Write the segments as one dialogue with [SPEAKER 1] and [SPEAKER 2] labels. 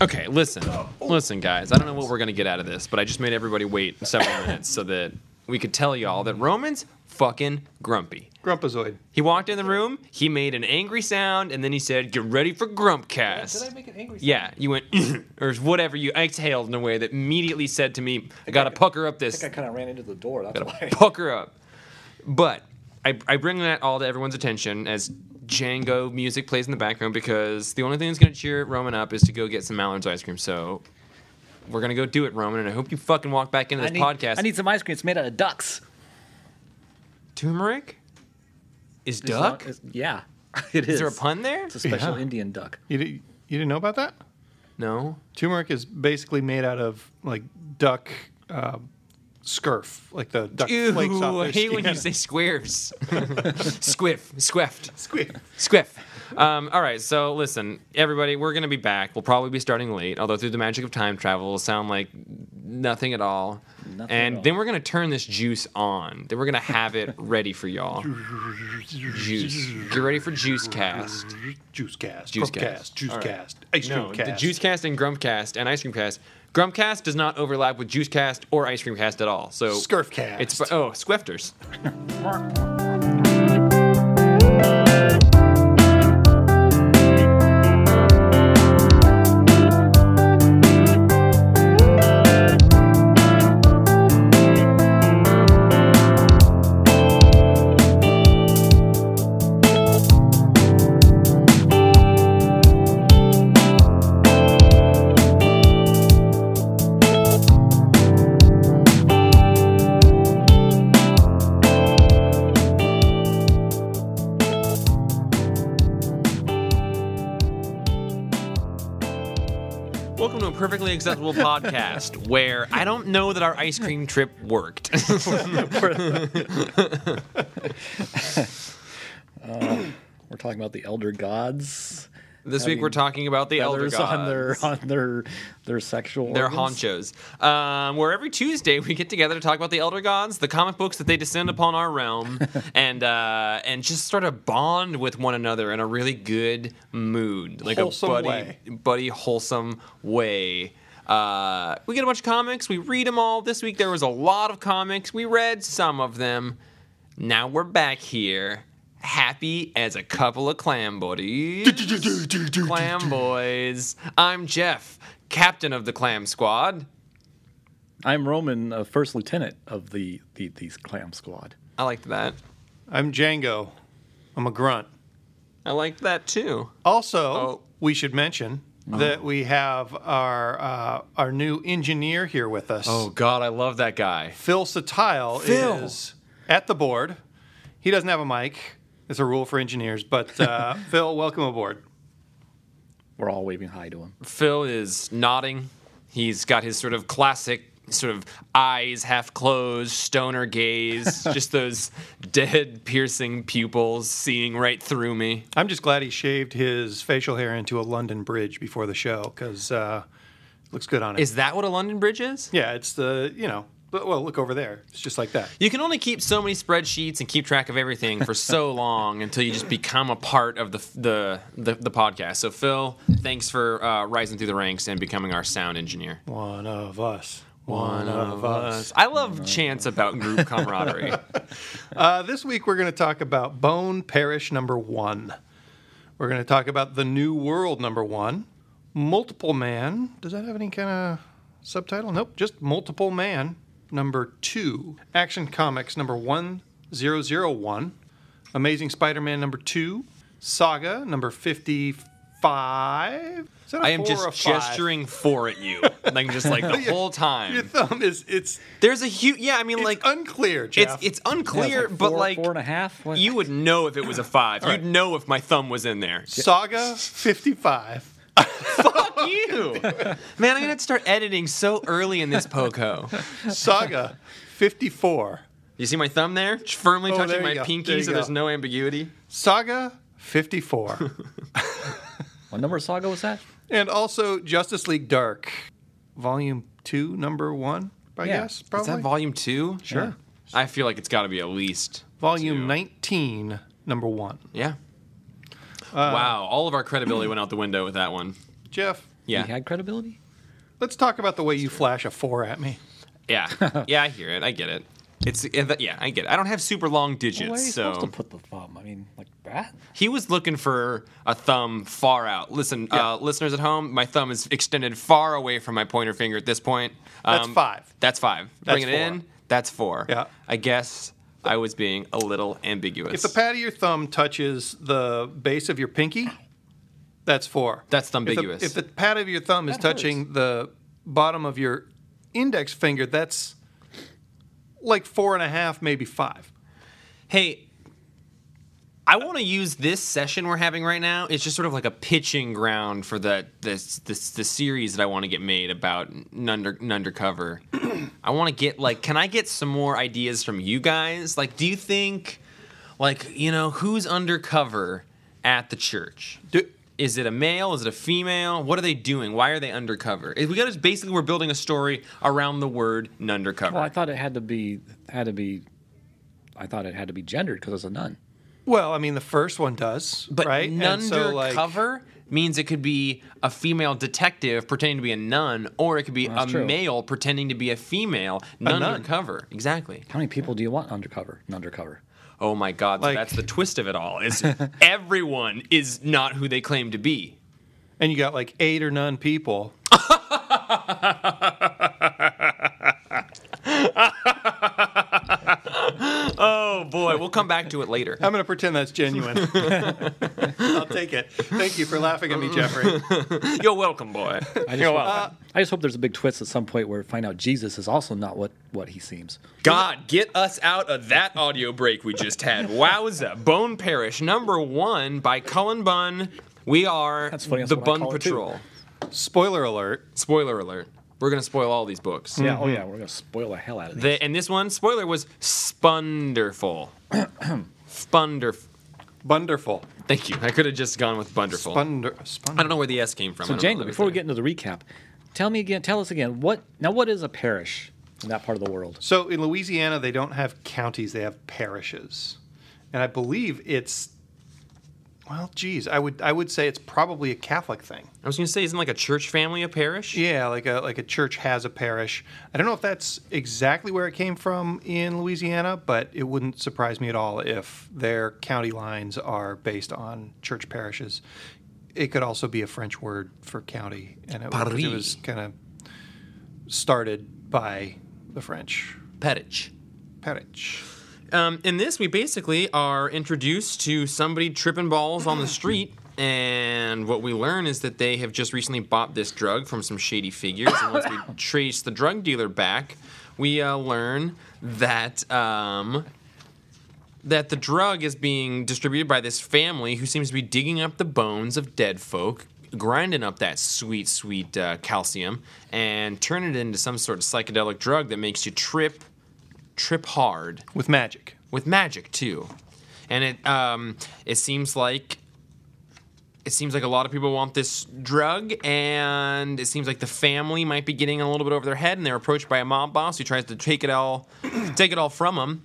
[SPEAKER 1] Okay, listen, listen, guys. I don't know what we're gonna get out of this, but I just made everybody wait several minutes so that we could tell y'all that Roman's fucking grumpy.
[SPEAKER 2] Grumpazoid.
[SPEAKER 1] He walked in the room, he made an angry sound, and then he said, "Get ready for Grumpcast."
[SPEAKER 2] Did I make an angry? sound?
[SPEAKER 1] yeah, you went or whatever you exhaled in a way that immediately said to me, "I gotta pucker up
[SPEAKER 2] I
[SPEAKER 1] this."
[SPEAKER 2] think I kind of ran into the door. That's why.
[SPEAKER 1] pucker up. But I, I bring that all to everyone's attention as Django music plays in the background because the only thing that's going to cheer Roman up is to go get some Mallard's ice cream. So we're going to go do it, Roman. And I hope you fucking walk back into
[SPEAKER 3] I
[SPEAKER 1] this
[SPEAKER 3] need,
[SPEAKER 1] podcast.
[SPEAKER 3] I need some ice cream. It's made out of ducks.
[SPEAKER 1] turmeric? Is
[SPEAKER 3] It's not-
[SPEAKER 1] duck?
[SPEAKER 3] it's- yeah, it is.
[SPEAKER 1] is there a pun there?
[SPEAKER 3] It's a special
[SPEAKER 2] Yeah.
[SPEAKER 3] Indian duck.
[SPEAKER 2] You, di- you didn't know about that?
[SPEAKER 1] No.
[SPEAKER 2] Turmeric is basically made out of like duck uh, scurf, like the duck
[SPEAKER 1] Ew,
[SPEAKER 2] flakes off their
[SPEAKER 1] I hate when you say
[SPEAKER 2] skin.
[SPEAKER 1] squares. Squiff. Squeft.
[SPEAKER 2] Squid.
[SPEAKER 1] Squiff. Um, all right, so listen, everybody, we're going to be back. We'll probably be starting late, although through the magic of time travel, it'll sound like nothing at all.
[SPEAKER 3] Nothing
[SPEAKER 1] and
[SPEAKER 3] at all.
[SPEAKER 1] then we're going to turn this juice on. Then we're going to have it ready for y'all. Juice. Get ready for Juice Cast.
[SPEAKER 2] Juice cast.
[SPEAKER 1] Juice
[SPEAKER 2] Juice
[SPEAKER 1] cast.
[SPEAKER 2] cast. Juice
[SPEAKER 1] All right.
[SPEAKER 2] cast. Ice cream
[SPEAKER 1] No,
[SPEAKER 2] cast.
[SPEAKER 1] the Juice Cast and Grump Cast and Ice Cream Cast. Grump Cast does not overlap with Juice Cast or Ice Cream Cast at all. So
[SPEAKER 2] Scurf cast.
[SPEAKER 1] It's oh, Squifters. Welcome to a perfectly acceptable podcast where I don't know that our ice cream trip worked.
[SPEAKER 3] We're talking about the elder gods.
[SPEAKER 1] this week we're talking about the elder
[SPEAKER 3] Feathers
[SPEAKER 1] gods.
[SPEAKER 3] on their on their their sexual.
[SPEAKER 1] their
[SPEAKER 3] organs.
[SPEAKER 1] honchos. Um, where every Tuesday we get together to talk about the Elder Gods, the comic books that they descend upon our realm, and uh, and just sort of bond with one another in a really good mood, like
[SPEAKER 2] Wholesome
[SPEAKER 1] a buddy,
[SPEAKER 2] way.
[SPEAKER 1] buddy, wholesome way. Uh, we get a bunch of comics. We read them all. This week there was a lot of comics. We read some of them. Now we're back here, happy as a couple of clam buddies. Clam Boys. I'm Jeff, captain of the Clam Squad.
[SPEAKER 3] I'm Roman, uh, first lieutenant of the, the these clam squad.
[SPEAKER 1] I liked that.
[SPEAKER 2] I'm Django. I'm a grunt.
[SPEAKER 1] I liked that too.
[SPEAKER 2] Also,
[SPEAKER 1] Oh.
[SPEAKER 2] we should mention that we have our uh, our new engineer here with us.
[SPEAKER 1] Oh God, I love that guy.
[SPEAKER 2] Phil Satile
[SPEAKER 1] Phil.
[SPEAKER 2] is at the board. He doesn't have a mic. It's a rule for engineers. But uh, Phil, welcome aboard.
[SPEAKER 3] We're all waving hi to him.
[SPEAKER 1] Phil is nodding. He's got his sort of classic, sort of eyes half closed, stoner gaze, just those dead, piercing pupils seeing right through me.
[SPEAKER 2] I'm just glad he shaved his facial hair into a London bridge before the show because uh, it looks good on it.
[SPEAKER 1] Is that what a London Bridge is?
[SPEAKER 2] yeah, it's the you know. but- Well, look over there. It's just like that.
[SPEAKER 1] You can only keep so many spreadsheets and keep track of everything for so long until you just become a part of the the the, the podcast. So Phil, thanks for uh, rising through the ranks and becoming our sound engineer.
[SPEAKER 2] One of us. One, of us.
[SPEAKER 1] Uh, I love chants about group camaraderie.
[SPEAKER 2] Uh, this week we're going to talk about Bone Parish number one. We're going to talk about the New World number one. Multiple Man. Does that have any kind of subtitle? Nope. Just Multiple Man number two. Action Comics number one zero zero one. Amazing Spider-Man number two. Saga number fifty-five. Is that a
[SPEAKER 1] I am
[SPEAKER 2] four or a
[SPEAKER 1] just
[SPEAKER 2] five?
[SPEAKER 1] gesturing four at you, like just like the whole
[SPEAKER 2] Your
[SPEAKER 1] time.
[SPEAKER 2] thumb is it's,
[SPEAKER 1] There's a huge yeah. I mean,
[SPEAKER 2] it's
[SPEAKER 1] like
[SPEAKER 2] unclear,
[SPEAKER 1] it's
[SPEAKER 2] Jeff.
[SPEAKER 1] it's
[SPEAKER 3] Yeah, it's
[SPEAKER 1] unclear, but
[SPEAKER 3] four-
[SPEAKER 1] like
[SPEAKER 3] four and a half. What?
[SPEAKER 1] you would know if it was a five.
[SPEAKER 2] right.
[SPEAKER 1] You'd know if my thumb was in there.
[SPEAKER 2] Saga fifty-five.
[SPEAKER 1] Fuck you, man! I'm gonna have to start editing so early in this poco.
[SPEAKER 2] Saga 54.
[SPEAKER 1] You see my thumb there? It's Firmly
[SPEAKER 2] Oh,
[SPEAKER 1] touching
[SPEAKER 2] there
[SPEAKER 1] my
[SPEAKER 2] you go.
[SPEAKER 1] pinky
[SPEAKER 2] There you
[SPEAKER 1] so there's
[SPEAKER 2] go.
[SPEAKER 1] no ambiguity.
[SPEAKER 2] Saga 54.
[SPEAKER 3] What number of saga was that?
[SPEAKER 2] and also Justice League Dark, Volume 2, Number 1, I
[SPEAKER 3] Yeah.
[SPEAKER 2] guess,
[SPEAKER 3] Is
[SPEAKER 1] Is
[SPEAKER 2] probably.
[SPEAKER 1] that volume two?
[SPEAKER 2] sure.
[SPEAKER 1] I feel like it's got to be at least.
[SPEAKER 2] Volume
[SPEAKER 1] two.
[SPEAKER 2] 19, Number 1. Uh,
[SPEAKER 1] Yeah. wow. All of our credibility went out the window with that one.
[SPEAKER 2] Jeff,
[SPEAKER 1] Yeah.
[SPEAKER 4] He had credibility.
[SPEAKER 2] Let's talk about the way you flash a four at me.
[SPEAKER 1] Yeah, yeah, I hear it. I get it. It's yeah, I get it. I don't have super long digits,
[SPEAKER 3] Where are you
[SPEAKER 1] so
[SPEAKER 3] supposed to put the thumb? I mean, like that.
[SPEAKER 1] he was looking for a thumb far out. Listen,
[SPEAKER 2] Yeah.
[SPEAKER 1] uh, listeners at home, my thumb is extended far away from my pointer finger at this point. Um,
[SPEAKER 2] That's five.
[SPEAKER 1] That's five.
[SPEAKER 2] That's
[SPEAKER 1] Bring it
[SPEAKER 2] four.
[SPEAKER 1] in. That's four.
[SPEAKER 2] Yeah.
[SPEAKER 1] I guess I was being a little ambiguous.
[SPEAKER 2] If the pad of your thumb touches the base of your pinky, that's four.
[SPEAKER 1] That's
[SPEAKER 2] If the-
[SPEAKER 1] thumbiguous.
[SPEAKER 2] If the, pad of your thumb is touching the bottom of your index finger, that's like four and a half, maybe five.
[SPEAKER 1] Hey, I want to use this session we're having right now. It's just sort of like a pitching ground for the this this the series that I want to get made about Nunder, Undercover. I want to get like, can I get some more ideas from you guys? Like, do you think, like, you know, who's undercover at the church?
[SPEAKER 2] Do,
[SPEAKER 1] Is it a male? Is it a female? What are they doing? Why are they undercover? We got to basically we're building a story around the word undercover.
[SPEAKER 4] Well, I thought it had to be had to be. I thought it had to be gendered because it's a nun.
[SPEAKER 2] well, I mean, the first one does,
[SPEAKER 1] But
[SPEAKER 2] right?
[SPEAKER 1] nun
[SPEAKER 2] And so, like,
[SPEAKER 1] cover means it could be a female detective pretending to be a nun, or it could be a
[SPEAKER 4] That's true.
[SPEAKER 1] male pretending to be a female nun,
[SPEAKER 2] nun.
[SPEAKER 1] undercover. Exactly.
[SPEAKER 4] How many people do you want undercover? and Undercover.
[SPEAKER 1] Oh my God! so
[SPEAKER 2] Like-
[SPEAKER 1] that's the twist of it all. Is everyone is not who they claim to be?
[SPEAKER 2] and you got like eight or none people.
[SPEAKER 1] Oh boy, we'll come back to it later.
[SPEAKER 2] I'm going to pretend that's genuine. I'll take it. Thank you for laughing at me, Jeffrey.
[SPEAKER 1] You're welcome, boy.
[SPEAKER 4] I just,
[SPEAKER 1] You're
[SPEAKER 4] hope,
[SPEAKER 1] welcome.
[SPEAKER 4] I just hope there's a big twist at some point where we find out Jesus is also not what what he seems.
[SPEAKER 1] God, get us out of that audio break we just had. Wowza! Bone Parish number one by Cullen Bunn. We are
[SPEAKER 4] That's funny, that's
[SPEAKER 1] the
[SPEAKER 4] what I
[SPEAKER 1] Bun
[SPEAKER 4] call it, too.
[SPEAKER 1] Patrol.
[SPEAKER 2] Spoiler alert.
[SPEAKER 1] Spoiler alert: We're gonna spoil all these books.
[SPEAKER 4] Yeah. Oh yeah. We're gonna spoil the hell out of this.
[SPEAKER 1] The, and this one, spoiler, was spunderful. Spunder.
[SPEAKER 2] Wonderful.
[SPEAKER 1] Thank you. I could have just gone with bunderful.
[SPEAKER 2] Spunder.
[SPEAKER 1] I don't know where the S came from.
[SPEAKER 4] So Django, before we get into the recap, tell me again. Tell us again. What now? What is a parish in that part of the world?
[SPEAKER 2] So in Louisiana, they don't have counties; they have parishes, and I believe it's. Well, geez, I would I would say it's probably a Catholic thing.
[SPEAKER 1] I was going to say, isn't like a church family a parish?
[SPEAKER 2] Yeah, like a like a church has a parish. I don't know if that's exactly where it came from in Louisiana, but it wouldn't surprise me at all if their county lines are based on church parishes. It could also be a French word for county, and it,
[SPEAKER 1] Paris.
[SPEAKER 2] it was kind of started by the French
[SPEAKER 1] Parish.
[SPEAKER 2] parish.
[SPEAKER 1] Um, in this, we basically are introduced to somebody tripping balls on the street. And what we learn is that they have just recently bought this drug from some shady figures. And once we trace the drug dealer back, we uh, learn that um, that the drug is being distributed by this family who seems to be digging up the bones of dead folk, grinding up that sweet, sweet uh, calcium, and turning it into some sort of psychedelic drug that makes you trip, trip hard
[SPEAKER 2] with magic.
[SPEAKER 1] with magic too, and it um, it seems like it seems like a lot of people want this drug, and it seems like the family might be getting a little bit over their head, and they're approached by a mob boss who tries to take it all take it all from them.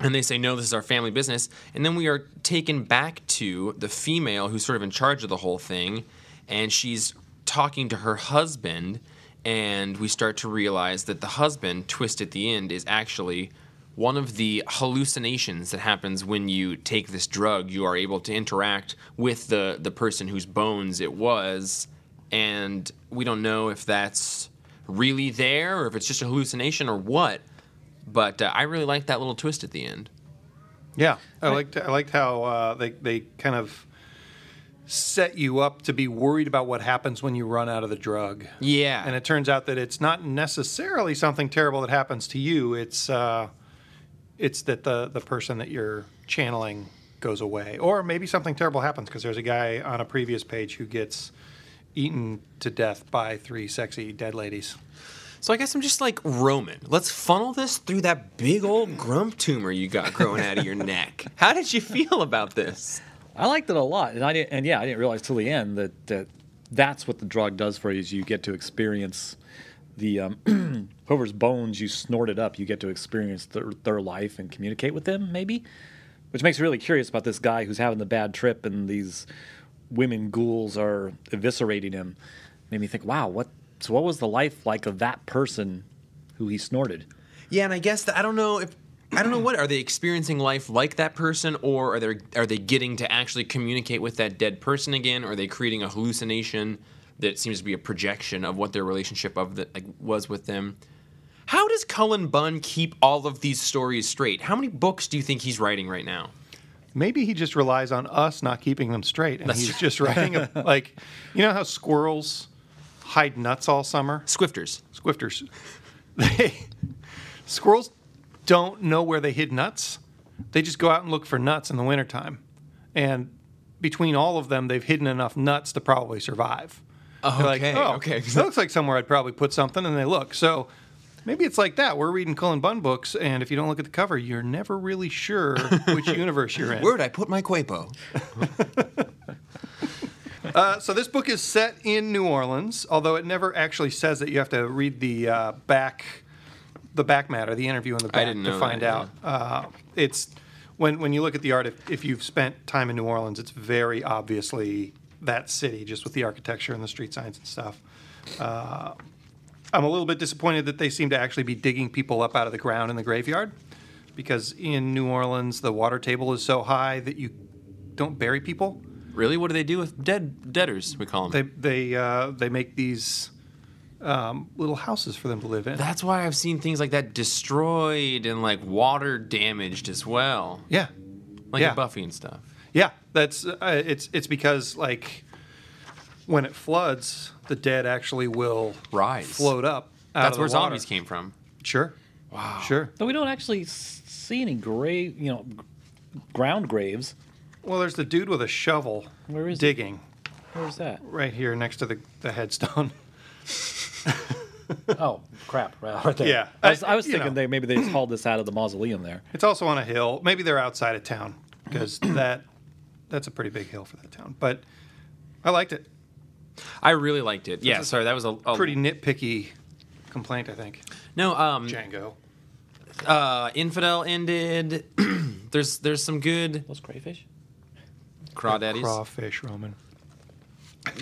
[SPEAKER 1] And they say, no, this is our family business. And then we are taken back to the female who's sort of in charge of the whole thing. And she's talking to her husband. And we start to realize that the husband, twist at the end, is actually one of the hallucinations that happens when you take this drug. You are able to interact with the, the person whose bones it was. And we don't know if that's really there or if it's just a hallucination or what but uh, I really liked that little twist at the end.
[SPEAKER 2] Yeah, I liked I liked how uh, they they kind of set you up to be worried about what happens when you run out of the drug.
[SPEAKER 1] Yeah,
[SPEAKER 2] And it turns out that it's not necessarily something terrible that happens to you. It's uh, it's that the the person that you're channeling goes away, or maybe something terrible happens because there's a guy on a previous page who gets eaten to death by three sexy dead ladies.
[SPEAKER 1] so I guess I'm just like Roman. Let's funnel this through that big old grump tumor you got growing out of your neck. How did you feel about this?
[SPEAKER 4] I liked it a lot, and I didn't. And yeah, I didn't realize till the end that, that that's what the drug does for you. Is you get to experience the um, whoever's bones you snorted up. You get to experience their, their life and communicate with them, maybe, which makes me really curious about this guy who's having the bad trip, and these women ghouls are eviscerating him. made me think, wow, what? So what was the life like of that person who he snorted?
[SPEAKER 1] Yeah, and I guess that, I don't know if I don't know what are they experiencing life like that person, or are they are they getting to actually communicate with that dead person again, or are they creating a hallucination that seems to be a projection of what their relationship of the, like was with them? How does Cullen Bunn keep all of these stories straight? How many books do you think he's writing right now?
[SPEAKER 2] Maybe he just relies on us not keeping them straight, and he's just writing a, like, you know how squirrels hide nuts all summer?
[SPEAKER 1] Swifters.
[SPEAKER 2] Squifters. They squirrels don't know where they hid nuts. They just go out and look for nuts in the wintertime. And between all of them, they've hidden enough nuts to probably survive.
[SPEAKER 1] Oh,
[SPEAKER 2] They're like,
[SPEAKER 1] okay,
[SPEAKER 2] oh,
[SPEAKER 1] okay.
[SPEAKER 2] That looks like somewhere I'd probably put something, and they look. So maybe it's like that. We're reading Cullen Bunn books, and if you don't look at the cover, you're never really sure which universe you're in.
[SPEAKER 1] Where'd I put my Quapo?
[SPEAKER 2] Uh, so this book is set in New Orleans, although it never actually says that you have to read the uh, back, the back matter, the interview in the back
[SPEAKER 1] didn't
[SPEAKER 2] to
[SPEAKER 1] know
[SPEAKER 2] find
[SPEAKER 1] that,
[SPEAKER 2] out. Uh, it's when when you look at the art, if, if you've spent time in New Orleans, it's very obviously that city, just with the architecture and the street signs and stuff. Uh, I'm a little bit disappointed that they seem to actually be digging people up out of the ground in the graveyard, because in New Orleans the water table is so high that you don't bury people.
[SPEAKER 1] Really? What do they do with dead debtors? We call them.
[SPEAKER 2] They they uh, they make these um, little houses for them to live in.
[SPEAKER 1] That's why I've seen things like that destroyed and like water damaged as well,
[SPEAKER 2] yeah,
[SPEAKER 1] like
[SPEAKER 2] Yeah.
[SPEAKER 1] in Buffy and stuff.
[SPEAKER 2] yeah. That's uh, it's it's because like when it floods, the dead actually will
[SPEAKER 1] Rise.
[SPEAKER 2] float up. Out
[SPEAKER 1] That's
[SPEAKER 2] of the
[SPEAKER 1] where
[SPEAKER 2] water.
[SPEAKER 1] zombies came from.
[SPEAKER 2] Sure. Wow. Sure.
[SPEAKER 4] Though we don't actually s- see any grave, you know, g- ground graves.
[SPEAKER 2] Well, there's the dude with a shovel
[SPEAKER 4] Where is he?
[SPEAKER 2] digging
[SPEAKER 4] Where's that?
[SPEAKER 2] right here next to the, the headstone.
[SPEAKER 4] Oh crap! Right, right there.
[SPEAKER 2] Yeah,
[SPEAKER 4] I was,
[SPEAKER 2] I-
[SPEAKER 4] I was
[SPEAKER 2] you
[SPEAKER 4] thinking
[SPEAKER 2] know.
[SPEAKER 4] they maybe they just hauled this out of the mausoleum there.
[SPEAKER 2] It's also on a hill. Maybe they're outside of town because that that's a pretty big hill for that town. But I liked it.
[SPEAKER 1] I really liked it. Yeah,
[SPEAKER 2] That's a
[SPEAKER 1] sorry, that was a, a-
[SPEAKER 2] Pretty nitpicky complaint, I think.
[SPEAKER 1] No, um,
[SPEAKER 2] Django.
[SPEAKER 1] uh, infidel ended. there's there's some good
[SPEAKER 4] Those crayfish.
[SPEAKER 1] crawdaddies,
[SPEAKER 2] Crawfish, Roman.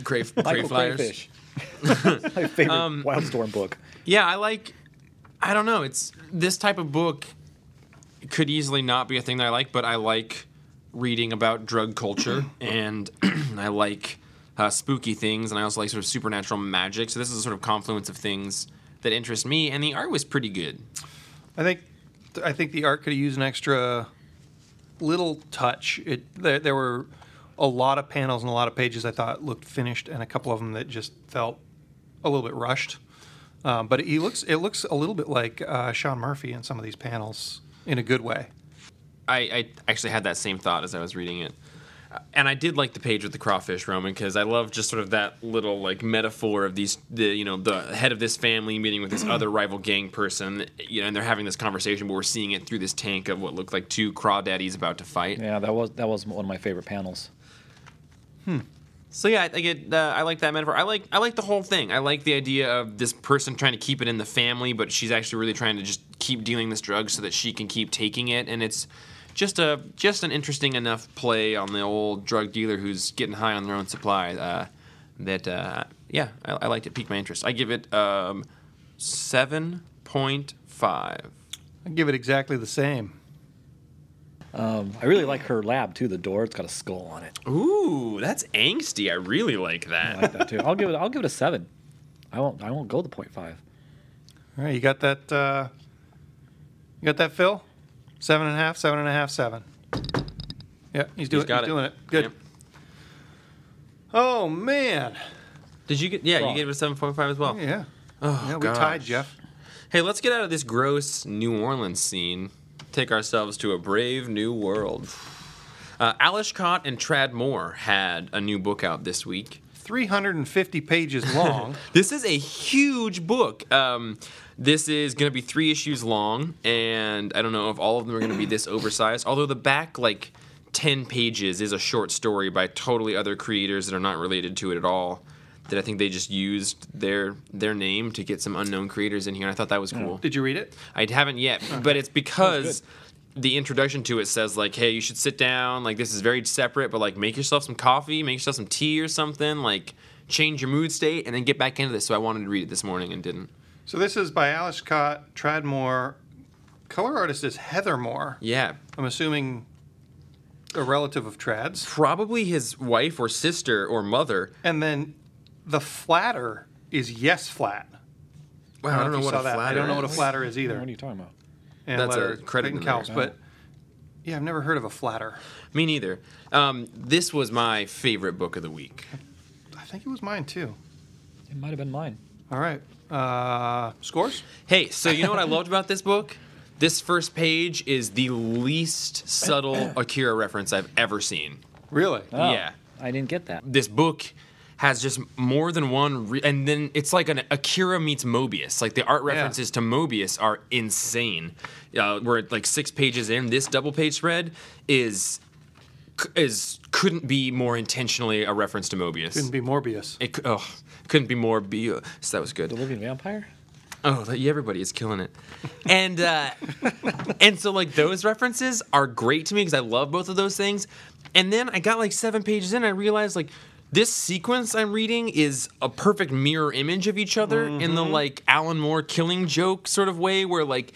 [SPEAKER 1] cray, cray
[SPEAKER 4] Michael
[SPEAKER 1] flyers.
[SPEAKER 4] Crayfish. My favorite
[SPEAKER 2] Um,
[SPEAKER 4] Wildstorm book.
[SPEAKER 1] Yeah, I like. I don't know. It's this type of book could easily not be a thing that I like, but I like reading about drug culture and I like uh, spooky things, and I also like sort of supernatural magic. So this is a sort of confluence of things that interest me, and the art was pretty good.
[SPEAKER 2] I think I think the art could have used an extra little touch. It there, there were a lot of panels and a lot of pages I thought looked finished, and a couple of them that just felt a little bit rushed. Um, but he looks it looks a little bit like uh, Sean Murphy in some of these panels in a good way.
[SPEAKER 1] I, I actually had that same thought as I was reading it. Uh, And I did like the page with the crawfish Roman because I love just sort of that little like metaphor of these the you know the head of this family meeting with this other rival gang person you know and they're having this conversation but we're seeing it through this tank of what looked like two crawdaddies about to fight.
[SPEAKER 4] Yeah, that was that was one of my favorite panels.
[SPEAKER 1] So yeah, I, I get uh, I like that metaphor. I like I like the whole thing. I like the idea of this person trying to keep it in the family, but she's actually really trying to just keep dealing this drug so that she can keep taking it. And it's just a just an interesting enough play on the old drug dealer who's getting high on their own supply. Uh, that uh, yeah, I, I liked it. Piqued my interest. I give it um, seven point five.
[SPEAKER 2] I give it exactly the same.
[SPEAKER 4] I really like her lab too. The door, it's got a skull on it.
[SPEAKER 1] Ooh, that's angsty. I really like
[SPEAKER 4] I
[SPEAKER 1] that.
[SPEAKER 4] like that too. I'll give it. I'll give it a seven. I won't. I won't go the point five.
[SPEAKER 2] All right, you got that? Uh, you got that, Phil? Seven and a half, seven and a half, seven. Yeah, he's doing
[SPEAKER 1] He's got
[SPEAKER 2] he's
[SPEAKER 1] it.
[SPEAKER 2] doing it. Good.
[SPEAKER 1] Yep.
[SPEAKER 2] Oh man.
[SPEAKER 1] Did you get? Yeah,
[SPEAKER 4] Wrong.
[SPEAKER 1] you gave it a seven point five as well.
[SPEAKER 2] Yeah. Oh, yeah, we
[SPEAKER 1] gosh.
[SPEAKER 2] tied, Jeff.
[SPEAKER 1] Hey, let's get out of this gross New Orleans scene. Take ourselves to a brave new world. Uh, Alish Cott and Trad Moore had a new book out this week.
[SPEAKER 2] 350 pages long.
[SPEAKER 1] This is a huge book. Um, this is going to be three issues long, and I don't know if all of them are going to be this oversized. Although the back, like, 10 pages is a short story by totally other creators that are not related to it at all. That I think they just used their their name to get some unknown creators in here. and I thought that was cool.
[SPEAKER 2] Did you read it?
[SPEAKER 1] I haven't yet, but it's because the introduction to it says like, "Hey, you should sit down. Like this is very separate, but like make yourself some coffee, make yourself some tea or something. Like change your mood state and then get back into this. So I wanted to read it this morning and didn't.
[SPEAKER 2] So this is by Alice Cott, Tradmore. Color artist is Heather Moore.
[SPEAKER 1] Yeah,
[SPEAKER 2] I'm assuming a relative of Trad's.
[SPEAKER 1] probably his wife or sister or mother.
[SPEAKER 2] And then the flatter is Yes Flat.
[SPEAKER 1] Wow, I don't
[SPEAKER 2] if
[SPEAKER 1] know
[SPEAKER 2] you
[SPEAKER 1] what
[SPEAKER 2] saw
[SPEAKER 1] a
[SPEAKER 2] that.
[SPEAKER 1] flatter
[SPEAKER 2] I don't know what a
[SPEAKER 1] is.
[SPEAKER 2] flatter is
[SPEAKER 4] What
[SPEAKER 2] either.
[SPEAKER 4] are you talking about?
[SPEAKER 2] And
[SPEAKER 1] That's a
[SPEAKER 2] letter-
[SPEAKER 1] credit
[SPEAKER 2] Clayton
[SPEAKER 1] in there.
[SPEAKER 2] Cowles, but yeah, I've never heard of a flatter.
[SPEAKER 1] Me neither. Um, this was my favorite book of the week.
[SPEAKER 2] I think it was mine too.
[SPEAKER 4] It might have been mine.
[SPEAKER 2] All right. Uh, scores?
[SPEAKER 1] Hey, so you know what I loved about this book? This first page is the least subtle Akira reference I've ever seen.
[SPEAKER 2] Really?
[SPEAKER 1] Yeah.
[SPEAKER 4] I didn't get that.
[SPEAKER 1] This book has just more than one, re- and then it's like an Akira meets Mobius. Like the art references to Mobius are insane. Uh, we're at, like six pages in. This double page spread is c- is couldn't be more intentionally a reference to Mobius.
[SPEAKER 2] Couldn't be Morbius.
[SPEAKER 1] It, c- oh, couldn't be more. Be uh, so that was good.
[SPEAKER 4] The Living Vampire?
[SPEAKER 1] Oh, that- yeah, everybody is killing it, and uh, and so like those references are great to me because I love both of those things. And then I got like seven pages in, I realized like this sequence I'm reading is a perfect mirror image of each other in the like Alan Moore killing joke sort of way, where like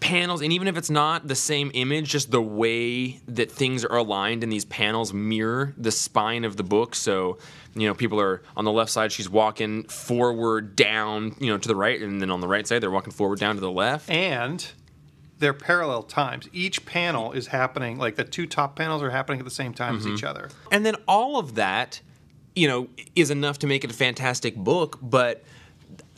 [SPEAKER 1] panels, and even if it's not the same image, just the way that things are aligned in these panels mirror the spine of the book. So, you know, people are on the left side, she's walking forward down, you know, to the right, and then on the right side, they're walking forward down to the left.
[SPEAKER 2] And they're parallel times. Each panel is happening, like the two top panels are happening at the same time as each other.
[SPEAKER 1] And then all of that, you know, is enough to make it a fantastic book. But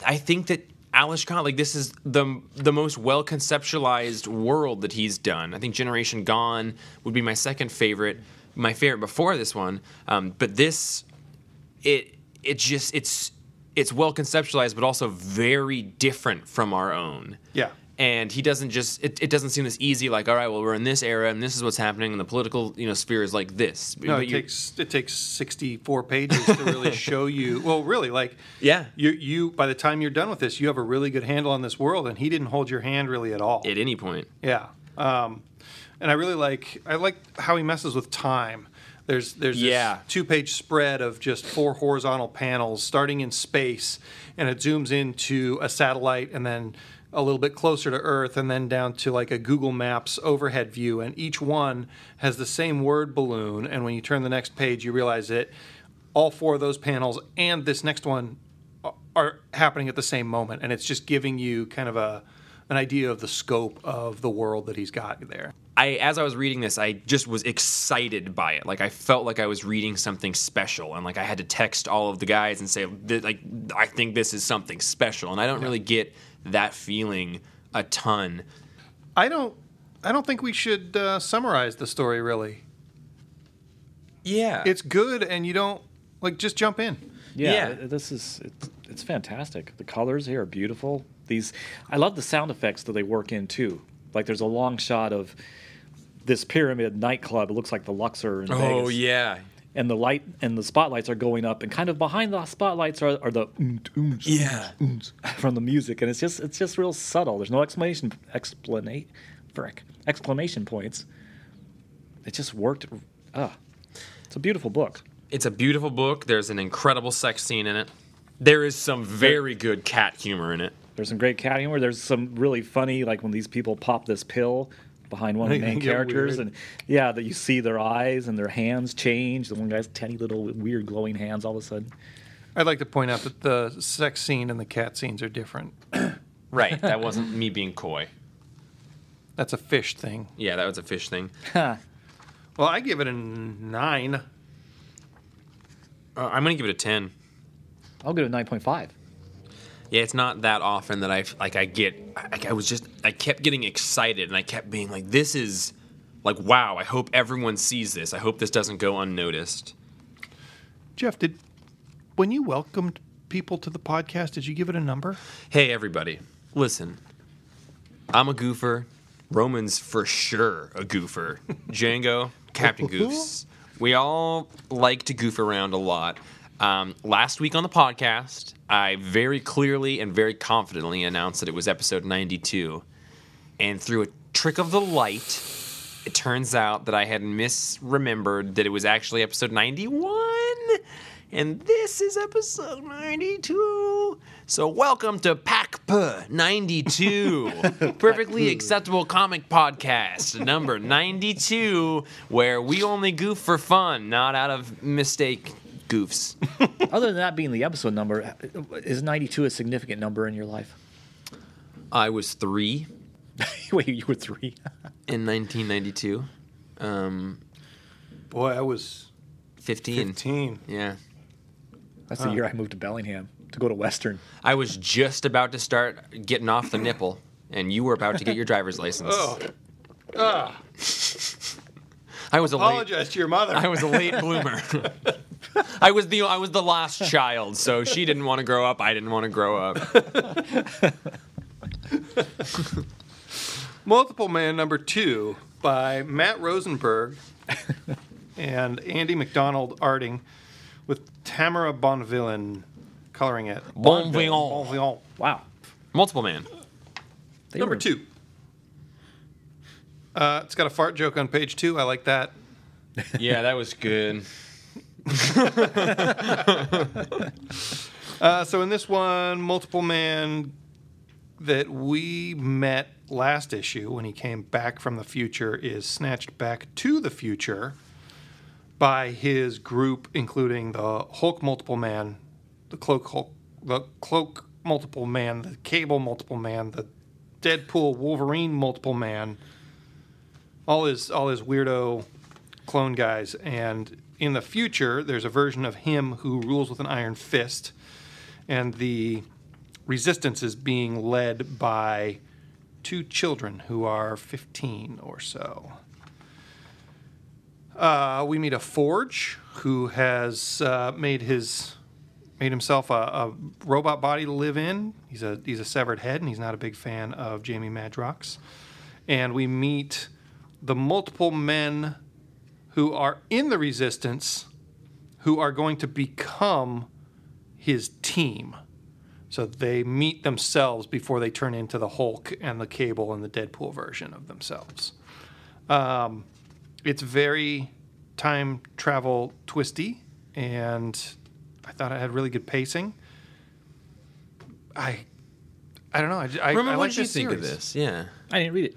[SPEAKER 1] I think that Alice Kahn, like this is the the most well conceptualized world that he's done. I think Generation Gone would be my second favorite, my favorite before this one. Um, but this, it it just it's it's well conceptualized, but also very different from our own
[SPEAKER 2] Yeah.
[SPEAKER 1] and he doesn't just it, it doesn't seem this easy like all right well we're in this era and this is what's happening and the political you know sphere is like this
[SPEAKER 2] No,
[SPEAKER 1] But
[SPEAKER 2] it
[SPEAKER 1] you-
[SPEAKER 2] takes it takes 64 pages to really show you. Well, really, like
[SPEAKER 1] Yeah.
[SPEAKER 2] you you by the time you're done with this, you have a really good handle on this world, and he didn't hold your hand really at all.
[SPEAKER 1] at any point
[SPEAKER 2] Yeah. Um, and I really like I like how he messes with time. There's there's
[SPEAKER 1] Yeah.
[SPEAKER 2] this two page spread of just four horizontal panels starting in space, and it zooms into a satellite and then a little bit closer to Earth and then down to like a Google Maps overhead view, and each one has the same word balloon. And when you turn the next page, you realize that all four of those panels and this next one are happening at the same moment, and it's just giving you kind of a an idea of the scope of the world that he's got there.
[SPEAKER 1] i as i was reading this i just was excited by it like i felt like i was reading something special and like i had to text all of the guys and say "Th- like i think this is something special and i don't really get that feeling a ton
[SPEAKER 2] I don't, I don't think we should uh, summarize the story really.
[SPEAKER 1] yeah
[SPEAKER 2] It's good, and you don't like just jump in.
[SPEAKER 4] Yeah,
[SPEAKER 1] Yeah.
[SPEAKER 4] th- this is it's, it's fantastic. The colors here are beautiful. These I love the sound effects that they work in too. Like there's a long shot of this pyramid nightclub. It looks like the Luxor in
[SPEAKER 1] oh
[SPEAKER 4] Vegas.
[SPEAKER 1] yeah
[SPEAKER 4] And the light and the spotlights are going up, and kind of behind the spotlights are, are the oont, oont,
[SPEAKER 1] Yeah.
[SPEAKER 4] oont from the music, and it's just it's just real subtle. There's no explanation explanate frick exclamation points. It just worked. Ah, it's a beautiful book.
[SPEAKER 1] It's a beautiful book. There's an incredible sex scene in it. There is some very good cat humor in it.
[SPEAKER 4] There's some great cat humor. There's some really funny, like when these people pop this pill behind one of the main
[SPEAKER 2] Yeah,
[SPEAKER 4] characters,
[SPEAKER 2] weird.
[SPEAKER 4] and yeah, that you see their eyes and their hands change. The one guy's tiny little weird glowing hands all of a sudden.
[SPEAKER 2] I'd like to point out that the sex scene and the cat scenes are different.
[SPEAKER 1] Right. That wasn't me being coy.
[SPEAKER 2] That's a fish thing.
[SPEAKER 1] Yeah, that was a fish thing.
[SPEAKER 2] Well, I give it a nine.
[SPEAKER 1] Uh, I'm gonna give it a ten.
[SPEAKER 4] I'll give it nine point five.
[SPEAKER 1] Yeah, it's not that often that I f- like I get. I- Like I was just I kept getting excited and I kept being like, this is like wow. I hope everyone sees this. I hope this doesn't go unnoticed.
[SPEAKER 2] Jeff, did when you welcomed people to the podcast, did you give it a number?
[SPEAKER 1] Hey everybody, listen. I'm a goofer. Roman's for sure a goofer. Django, Captain Goofs. We all like to goof around a lot. Um, last week on the podcast, I very clearly and very confidently announced that it was episode 92. And through a trick of the light, it turns out that I had misremembered that it was actually episode 91. and this is episode 92. So, welcome to PACP 92, perfectly acceptable comic podcast number 92, where we only goof for fun, not out of mistake goofs.
[SPEAKER 4] Other than that being the episode number, uh, is 92 a significant number in your life?
[SPEAKER 1] I was three
[SPEAKER 4] Wait, you were three.
[SPEAKER 1] in 1992, um,
[SPEAKER 2] Boy, I was
[SPEAKER 1] 15.
[SPEAKER 2] 15.
[SPEAKER 1] Yeah.
[SPEAKER 4] That's
[SPEAKER 2] Uh.
[SPEAKER 4] the year I moved to Bellingham to go to Western.
[SPEAKER 1] I was just about to start getting off the nipple, and you were about to get your driver's license.
[SPEAKER 2] Oh. Ah,
[SPEAKER 1] I was a late,
[SPEAKER 2] apologize to your mother.
[SPEAKER 1] I was a late bloomer. I was the I was the last child, so she didn't want to grow up. I didn't want to grow up.
[SPEAKER 2] Multiple Man number two by Matt Rosenberg and Andy McDonald arting with Tamara Bonvillain coloring it.
[SPEAKER 1] Bonvillain.
[SPEAKER 2] Bonvillain.
[SPEAKER 4] Wow.
[SPEAKER 1] Multiple man.
[SPEAKER 4] They
[SPEAKER 2] Number
[SPEAKER 4] were-
[SPEAKER 2] two. Uh, it's got a fart joke on page two. I like that.
[SPEAKER 1] Yeah, that was good.
[SPEAKER 2] Uh, so in this one, multiple man that we met last issue when he came back from the future is snatched back to the future by his group, including the Hulk multiple man, the cloak Hulk, the cloak multiple man, the cable multiple man, the Deadpool Wolverine multiple man, all his all his weirdo clone guys, and in the future there's a version of him who rules with an iron fist and the resistance is being led by two children who are 15 or so. Uh, we meet a forge who has uh, made his made himself a, a robot body to live in. He's a he's a severed head, and he's not a big fan of Jamie Madrox. And we meet the multiple men who are in the resistance, who are going to become his team. So they meet themselves before they turn into the Hulk and the Cable and the Deadpool version of themselves. Um, it's very time travel twisty, and I thought it had really good pacing. I, I don't know. I, I,
[SPEAKER 1] Remember
[SPEAKER 2] I
[SPEAKER 1] what
[SPEAKER 2] like
[SPEAKER 1] did you
[SPEAKER 2] this
[SPEAKER 1] think of
[SPEAKER 2] series.
[SPEAKER 1] this? Yeah,
[SPEAKER 4] I didn't read it.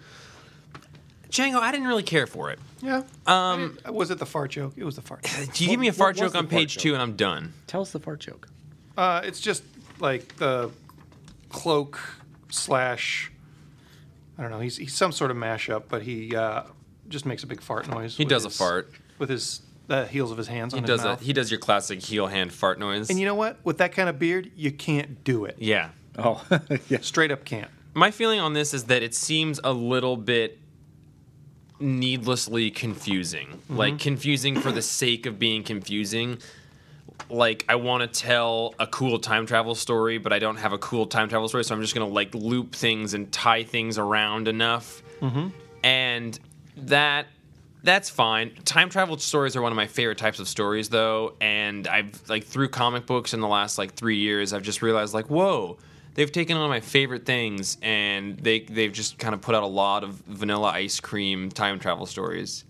[SPEAKER 1] Django. I didn't really care for it.
[SPEAKER 2] Yeah. Um, was it the fart joke? It was the fart. joke.
[SPEAKER 1] You give me a
[SPEAKER 4] What-
[SPEAKER 1] fart
[SPEAKER 4] what was
[SPEAKER 1] joke on
[SPEAKER 4] the fart
[SPEAKER 1] page
[SPEAKER 4] joke?
[SPEAKER 1] two, and I'm done.
[SPEAKER 4] Tell us the fart joke.
[SPEAKER 2] Uh, it's just like the cloak slash. I don't know. He's he's some sort of mashup, but he uh, just makes a big fart noise.
[SPEAKER 1] He
[SPEAKER 2] with
[SPEAKER 1] does a
[SPEAKER 2] his-
[SPEAKER 1] fart.
[SPEAKER 2] with his the heels of his hands
[SPEAKER 1] He
[SPEAKER 2] on
[SPEAKER 1] does
[SPEAKER 2] his
[SPEAKER 1] a,
[SPEAKER 2] mouth.
[SPEAKER 1] he does your classic heel hand fart noise.
[SPEAKER 2] and you know what? With that kind of beard, you can't do it.
[SPEAKER 1] yeah.
[SPEAKER 4] Oh, yeah.
[SPEAKER 2] Straight up can't.
[SPEAKER 1] My feeling on this is that it seems a little bit needlessly confusing. Like confusing for the sake of being confusing. Like I want to tell a cool time travel story, but I don't have a cool time travel story, so I'm just going to like loop things and tie things around enough. And that that's fine. Time travel stories are one of my favorite types of stories though, and I've like through comic books in the last like 3 years, I've just realized like, whoa, they've taken on my favorite things and they they've just kind of put out a lot of vanilla ice cream time travel stories.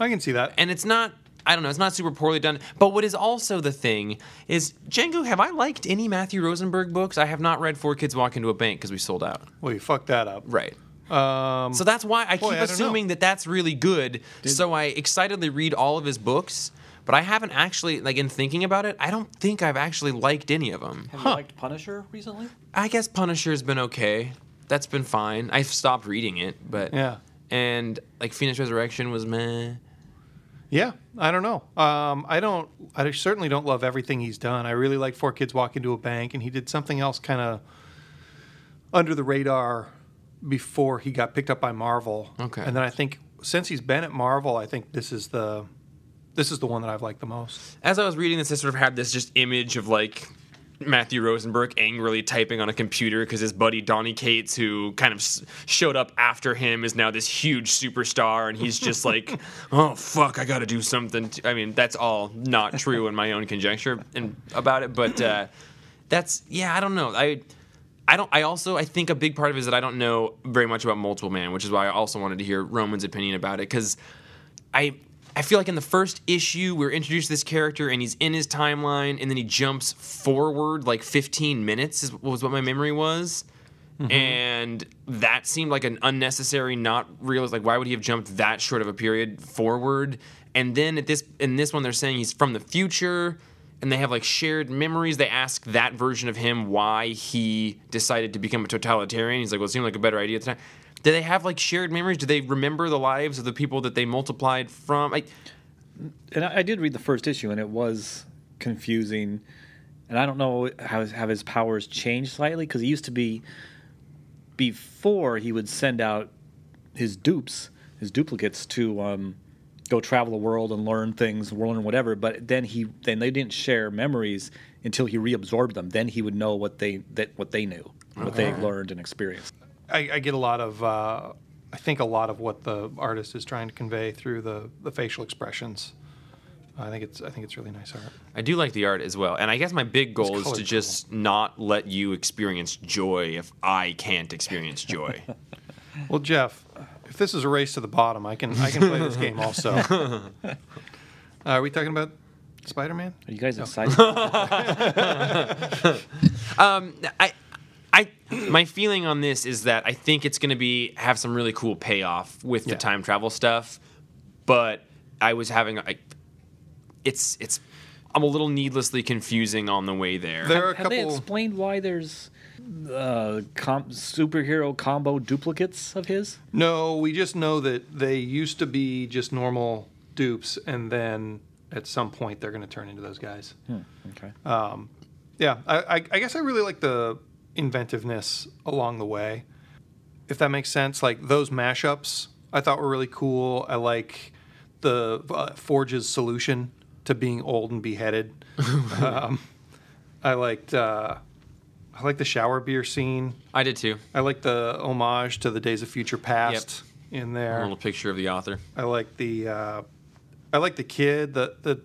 [SPEAKER 2] I can see that.
[SPEAKER 1] And it's not I don't know, it's not super poorly done. But what is also the thing is Django, have I liked any Matthew Rosenberg books? I have not read Four Kids Walk into a Bank because we sold out.
[SPEAKER 2] well, you fucked that up.
[SPEAKER 1] Right.
[SPEAKER 2] Um,
[SPEAKER 1] So that's why I
[SPEAKER 2] Boy, I
[SPEAKER 1] keep
[SPEAKER 2] don't
[SPEAKER 1] assuming
[SPEAKER 2] know.
[SPEAKER 1] that that's really good. so I excitedly read all of his books, but I haven't actually like in thinking about it, I don't think I've actually liked any of them.
[SPEAKER 4] Have you liked Punisher recently?
[SPEAKER 1] I guess Punisher's been okay. That's been fine. I've stopped reading it, but
[SPEAKER 2] yeah,
[SPEAKER 1] And like Phoenix Resurrection was meh.
[SPEAKER 2] yeah. I don't know. Um, I don't. I certainly don't love everything he's done. I really like Four Kids Walk into a Bank, and he did something else kind of under the radar before he got picked up by Marvel.
[SPEAKER 1] Okay.
[SPEAKER 2] And then I think since he's been at Marvel, I think this is the this is the one that I've liked the most.
[SPEAKER 1] As I was reading this, I sort of had this just image of like Matthew Rosenberg angrily typing on a computer because his buddy Donnie Cates, who kind of s- showed up after him, is now this huge superstar, and he's just like, "Oh fuck, I got to do something." t-" I mean, that's all not true in my own conjecture and about it, but uh, that's yeah, I don't know. I I don't. I also I think a big part of it is that I don't know very much about Multiple Man, which is why I also wanted to hear Roman's opinion about it because I I feel like in the first issue, we were introduced to this character and he's in his timeline and then he jumps forward like 15 minutes, is, was what my memory was. And that seemed like an unnecessary, not real. Like, why would he have jumped that short of a period forward? And then at this, in this one, they're saying he's from the future, and they have like shared memories. They ask that version of him why he decided to become a totalitarian. He's like, well, it seemed like a better idea at the time. Do they have like shared memories? Do they remember the lives of the people that they multiplied from? I,
[SPEAKER 4] and I, I did read the first issue, and it was confusing. And I don't know how his- have his powers changed slightly because he used to be before he would send out his dupes, his duplicates to um, go travel the world and learn things, learn whatever. But then he then they didn't share memories until he reabsorbed them. Then he would know what they that what they knew, what they learned and experienced.
[SPEAKER 2] I, I get a lot of, uh, I think a lot of what the artist is trying to convey through the, the facial expressions. I think it's I think it's really nice art.
[SPEAKER 1] I do like the art as well. And I guess my big goal is
[SPEAKER 2] colorful.
[SPEAKER 1] to just not let you experience joy if I can't experience joy.
[SPEAKER 2] Well, Jeff, if this is a race to the bottom, I can I can play this game also. Uh, are we talking about Spider Man?
[SPEAKER 4] Are you guys excited?
[SPEAKER 1] I, I, my feeling on this is that I think it's going to be have some really cool payoff with the
[SPEAKER 2] Yeah.
[SPEAKER 1] time travel stuff, but I was having like, it's it's, I'm a little needlessly confusing on the way there.
[SPEAKER 2] There are a
[SPEAKER 4] have they
[SPEAKER 2] couple.
[SPEAKER 4] explained why there's uh, com- superhero combo duplicates of his?
[SPEAKER 2] No, we just know that they used to be just normal dupes, and then at some point they're going to turn into those guys.
[SPEAKER 4] Okay.
[SPEAKER 2] Yeah, I, I, I guess I really like the inventiveness along the way, if that makes sense. Like those mashups, I thought were really cool. I like the uh, Forge's solution to being old and beheaded. um, I liked uh, I like the shower beer scene.
[SPEAKER 1] I did too.
[SPEAKER 2] I like the homage to the Days of Future Past in
[SPEAKER 1] A
[SPEAKER 2] there.
[SPEAKER 1] little picture of the author.
[SPEAKER 2] I like the uh, I like the kid. The the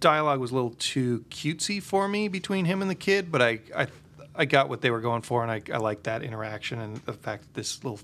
[SPEAKER 2] dialogue was a little too cutesy for me between him and the kid, but I I, I got what they were going for, and I, I like that interaction and the fact that this little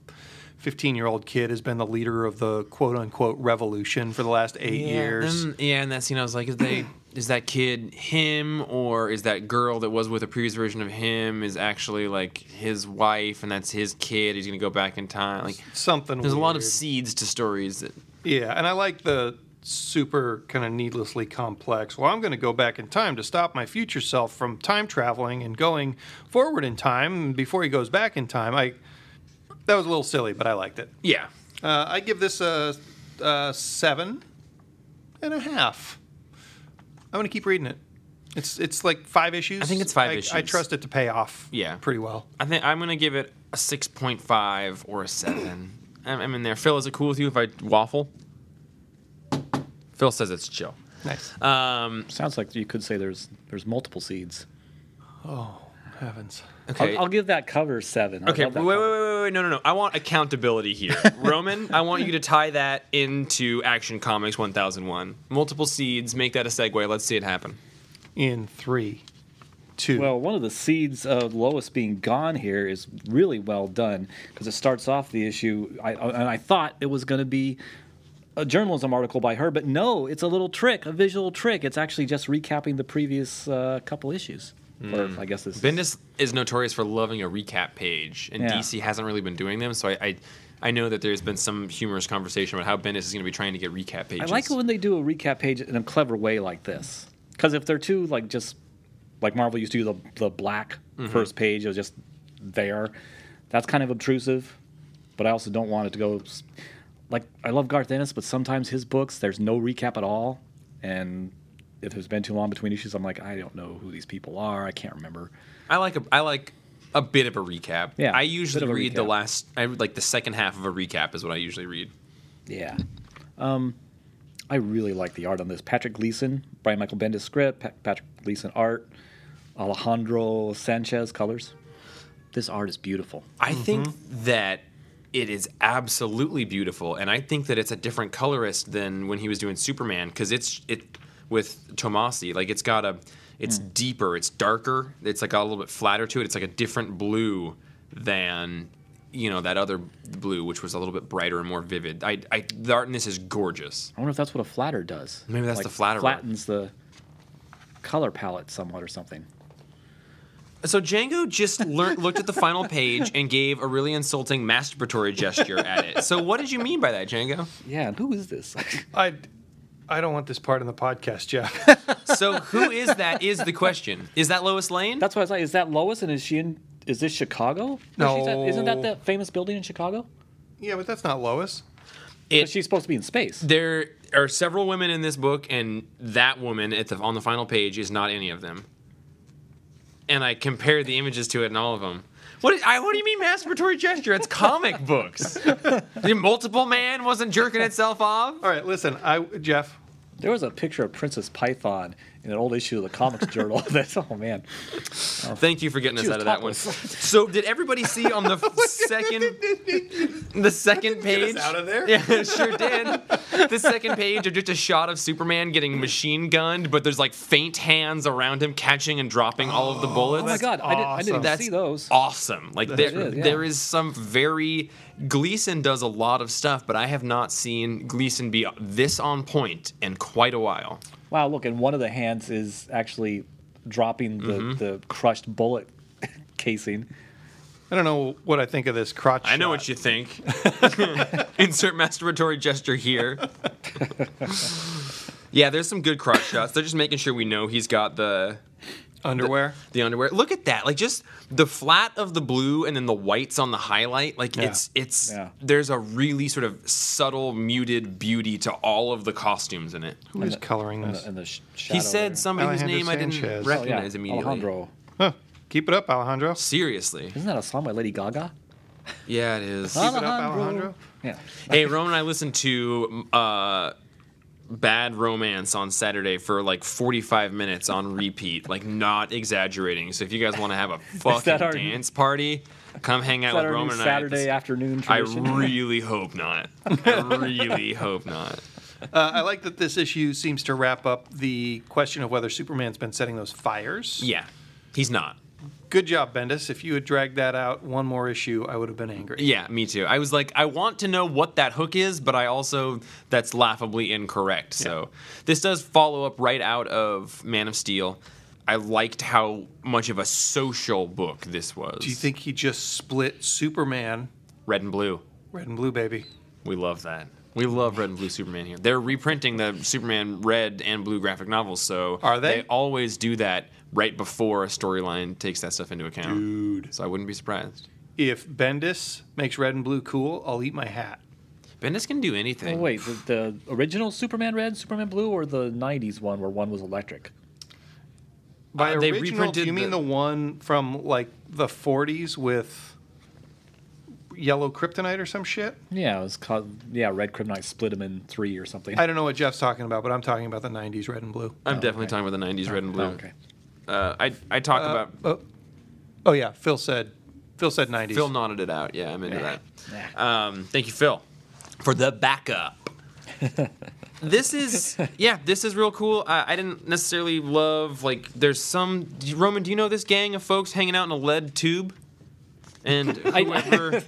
[SPEAKER 2] fifteen year old kid has been the leader of the quote unquote revolution for the last eight years.
[SPEAKER 1] And, yeah, and that scene I was like, is they is that kid him or is that girl that was with a previous version of him is actually like his wife and that's his kid? He's gonna go back in time. Like
[SPEAKER 2] Something
[SPEAKER 1] there's a lot of
[SPEAKER 2] weird.
[SPEAKER 1] seeds to stories that
[SPEAKER 2] Yeah, and I like the super kind of needlessly complex. Well, I'm going to go back in time to stop my future self from time traveling and going forward in time before he goes back in time. I that was a little silly, but I liked it.
[SPEAKER 1] yeah.
[SPEAKER 2] Uh, I give this a, a seven and a half. I'm going to keep reading it. It's it's like five issues.
[SPEAKER 1] I think it's five
[SPEAKER 2] I
[SPEAKER 1] issues.
[SPEAKER 2] trust it to pay off.
[SPEAKER 1] Yeah.
[SPEAKER 2] pretty well.
[SPEAKER 1] I think I'm gonna give it a six point five or a seven. I'm, I'm in there. Phil, is it cool with you if I waffle? Phil says it's chill.
[SPEAKER 2] Nice.
[SPEAKER 1] Um,
[SPEAKER 4] Sounds like you could say there's there's multiple seeds.
[SPEAKER 2] Heavens.
[SPEAKER 1] okay.
[SPEAKER 4] I'll, I'll give that cover seven. I
[SPEAKER 1] Okay,
[SPEAKER 4] love
[SPEAKER 1] wait,
[SPEAKER 4] that
[SPEAKER 1] wait, wait,
[SPEAKER 4] cover.
[SPEAKER 1] wait, wait, no, no, no. I want accountability here. Roman, I want you to tie that into Action Comics 1001. Multiple seeds, make that a segue. Let's see it happen.
[SPEAKER 2] In three, two.
[SPEAKER 4] Well, one of the seeds of Lois being gone here is really well done because it starts off the issue, I, I- and I thought it was going to be a journalism article by her, but no, it's a little trick, a visual trick. It's actually just recapping the previous uh, couple issues.
[SPEAKER 1] Hmm.
[SPEAKER 4] Or I guess this. is-
[SPEAKER 1] Bendis is notorious for loving a recap page, and
[SPEAKER 4] Yeah.
[SPEAKER 1] DC hasn't really been doing them. So I, I, I know that there's been some humorous conversation about how Bendis is going to be trying to get recap
[SPEAKER 4] I
[SPEAKER 1] pages.
[SPEAKER 4] like it when they do a recap page in a clever way like this. Because if they're too like just like Marvel used to do the the black first page of just there, that's kind of obtrusive. But I also don't want it to go s- like I love Garth Ennis, but sometimes his books there's no recap at all, and if there's been too long between issues, I'm like I don't know who these people are. I can't remember.
[SPEAKER 1] I like a, I like a bit of a recap.
[SPEAKER 4] Yeah,
[SPEAKER 1] I
[SPEAKER 4] bit
[SPEAKER 1] usually
[SPEAKER 4] of a
[SPEAKER 1] read the
[SPEAKER 4] recap.
[SPEAKER 1] last, I read, like the second half of a recap is what I usually read.
[SPEAKER 4] Yeah. Um, I really like the art on this. Patrick Gleason, Brian Michael Bendis script, Pa- Patrick Gleason art, Alejandro Sanchez colors. This art is beautiful.
[SPEAKER 1] I think that it is absolutely beautiful, and I think that it's a different colorist than when he was doing Superman because it's it with Tomasi like it's got a it's deeper, it's darker, it's like a little bit flatter to it. It's like a different blue than you know that other blue, which was a little bit brighter and more vivid. I, I the art in this is gorgeous.
[SPEAKER 4] I wonder if that's what a flatter does.
[SPEAKER 1] Maybe that's the flatter one.
[SPEAKER 4] Flattens the color palette somewhat or something.
[SPEAKER 1] So Django just learnt, looked at the final page and gave a really insulting masturbatory gesture at it. So what did you mean by that, Django?
[SPEAKER 4] Yeah, and who is this?
[SPEAKER 2] I, I don't want this part in the podcast, Jeff.
[SPEAKER 1] So who is that? Is the question? Is that Lois Lane?
[SPEAKER 4] that's what I was like. Is that Lois? And is she in? Is this Chicago? Where she's at? isn't that
[SPEAKER 2] No.
[SPEAKER 4] that famous building in Chicago?
[SPEAKER 2] yeah, but that's not Lois.
[SPEAKER 1] It-
[SPEAKER 4] But she's supposed to be in space.
[SPEAKER 1] there are several women in this book, and that woman at the on the final page is not any of them. And I compared the images to it in all of them. What, I, what do you mean masturbatory gesture? It's comic books. The multiple man wasn't jerking itself off.
[SPEAKER 2] All right, listen, I Jeff.
[SPEAKER 4] There was a picture of Princess Python in an old issue of the Comics Journal. That's oh man.
[SPEAKER 1] Thank you for getting us
[SPEAKER 4] She was
[SPEAKER 1] out of that one.
[SPEAKER 4] topless. Oh
[SPEAKER 1] So did everybody see on the second the second page
[SPEAKER 2] us out of there.
[SPEAKER 1] Yeah, it sure did. The second page are just a shot of Superman getting machine gunned, but there's like faint hands around him catching and dropping all of the bullets.
[SPEAKER 4] Oh my god, I, did, I didn't
[SPEAKER 1] That's
[SPEAKER 4] see those.
[SPEAKER 1] awesome. Like there,
[SPEAKER 4] is, yeah.
[SPEAKER 1] there is some very Gleason does a lot of stuff, but I have not seen Gleason be this on point in quite a while.
[SPEAKER 4] Wow, look, and one of the hands is actually dropping the,
[SPEAKER 1] Mm-hmm.
[SPEAKER 4] the crushed bullet casing.
[SPEAKER 2] I don't know what I think of this crotch.
[SPEAKER 1] I know
[SPEAKER 2] shot.
[SPEAKER 1] what you think. Insert masturbatory gesture here. yeah, there's some good cross shots. They're just making sure we know he's got the
[SPEAKER 2] underwear.
[SPEAKER 1] the underwear. Look at that. Like just the flat of the blue and then the whites on the highlight. Like it's it's
[SPEAKER 4] Yeah.
[SPEAKER 1] there's a really sort of subtle muted beauty to all of the costumes in it.
[SPEAKER 2] Who is coloring
[SPEAKER 4] And
[SPEAKER 2] this?
[SPEAKER 4] the, and the sh-
[SPEAKER 1] He
[SPEAKER 4] shadow there.
[SPEAKER 1] said somebody whose
[SPEAKER 2] Alejandro
[SPEAKER 1] name I didn't
[SPEAKER 2] Sanchez.
[SPEAKER 4] Oh, yeah,
[SPEAKER 1] recognize immediately.
[SPEAKER 4] Alejandro.
[SPEAKER 2] Huh. Keep it up, Alejandro.
[SPEAKER 1] Seriously.
[SPEAKER 4] Isn't that a song by Lady Gaga?
[SPEAKER 1] Yeah, it is.
[SPEAKER 2] Keep it up, Alejandro.
[SPEAKER 4] Yeah.
[SPEAKER 1] hey, Roman and I listened to uh, Bad Romance on Saturday for like 45 minutes on repeat, like not exaggerating. So if you guys want to have a fucking
[SPEAKER 4] that our-
[SPEAKER 1] dance party, come hang out
[SPEAKER 4] Is that
[SPEAKER 1] with
[SPEAKER 4] our new
[SPEAKER 1] Roman and I. at
[SPEAKER 4] Saturday
[SPEAKER 1] this-
[SPEAKER 4] afternoon
[SPEAKER 1] I
[SPEAKER 4] tradition?
[SPEAKER 1] really hope not. I really hope not.
[SPEAKER 2] Uh, I like that this issue seems to wrap up the question of whether Superman's been setting those fires.
[SPEAKER 1] Yeah, he's not.
[SPEAKER 2] Good job, Bendis. If you had dragged that out one more issue, I would have been angry.
[SPEAKER 1] Yeah, me too. I was like, I want to know what that hook is, but I also that's laughably incorrect. So this does follow up right out of Man of Steel. I liked how much of a social book this was.
[SPEAKER 2] Do you think he just split Superman,
[SPEAKER 1] red and blue?
[SPEAKER 2] red and blue, baby?
[SPEAKER 1] We love that. We love red and blue Superman here. They're reprinting the Superman red and blue graphic novels, so
[SPEAKER 2] Are they?
[SPEAKER 1] always do that right before a storyline takes that stuff into account. Dude. So I wouldn't be surprised.
[SPEAKER 2] If Bendis makes red and blue cool, I'll eat my hat.
[SPEAKER 1] Bendis can do anything.
[SPEAKER 4] Oh, wait, the, the original Superman Red, Superman Blue, or the 90s one where one was electric?
[SPEAKER 2] By
[SPEAKER 1] Uh, they
[SPEAKER 2] original, do
[SPEAKER 1] reprinted
[SPEAKER 2] you mean
[SPEAKER 1] the-
[SPEAKER 2] the one from like the 40s with yellow kryptonite or some shit?
[SPEAKER 4] Yeah, it was called, yeah, Red Kryptonite split him in three or something.
[SPEAKER 2] I don't know what Jeff's talking about, but I'm talking about the 90s red and blue.
[SPEAKER 1] I'm definitely talking about the '90s red and blue.
[SPEAKER 4] Oh, okay.
[SPEAKER 1] Uh, I I talk about
[SPEAKER 2] Oh, oh yeah, Phil said. Phil said 90s.
[SPEAKER 1] Phil nodded it out. Yeah, I'm into
[SPEAKER 4] Yeah.
[SPEAKER 1] that. Um, thank you, Phil, for the backup. this is yeah, this is real cool. I, I didn't necessarily love like there's some do you- Roman. Do you know this gang of folks hanging out in a lead tube? And whoever,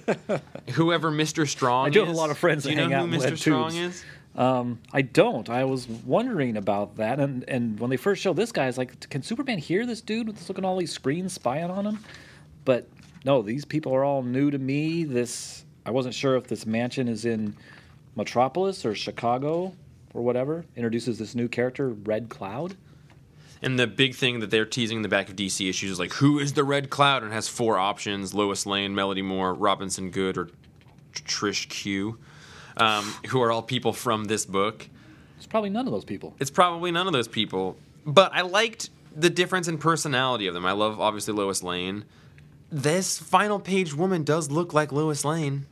[SPEAKER 1] whoever Mr. Strong.
[SPEAKER 4] I do have a
[SPEAKER 1] is,
[SPEAKER 4] lot of friends
[SPEAKER 1] Do you
[SPEAKER 4] that hang
[SPEAKER 1] know
[SPEAKER 4] out
[SPEAKER 1] who
[SPEAKER 4] in
[SPEAKER 1] Mr.
[SPEAKER 4] lead
[SPEAKER 1] Strong
[SPEAKER 4] tubes.
[SPEAKER 1] is?
[SPEAKER 4] I don't. I was wondering about that, and and when they first showed this guy, I was like, can Superman hear this dude with looking at all these screens spying on him? But no, these people are all new to me. This I wasn't sure if this mansion is in Metropolis or Chicago or whatever. Introduces this new character, Red Cloud.
[SPEAKER 1] And the big thing that they're teasing in the back of DC issues is like, who is the Red Cloud? And it has four options: Lois Lane, Melody Moore, Robinson Good, or Trish Q, um, who are all people from this book.
[SPEAKER 4] It's probably none of those people.
[SPEAKER 1] It's probably none of those people, but I liked the difference in personality of them. I love obviously Lois Lane. This final page woman does look like Lois Lane,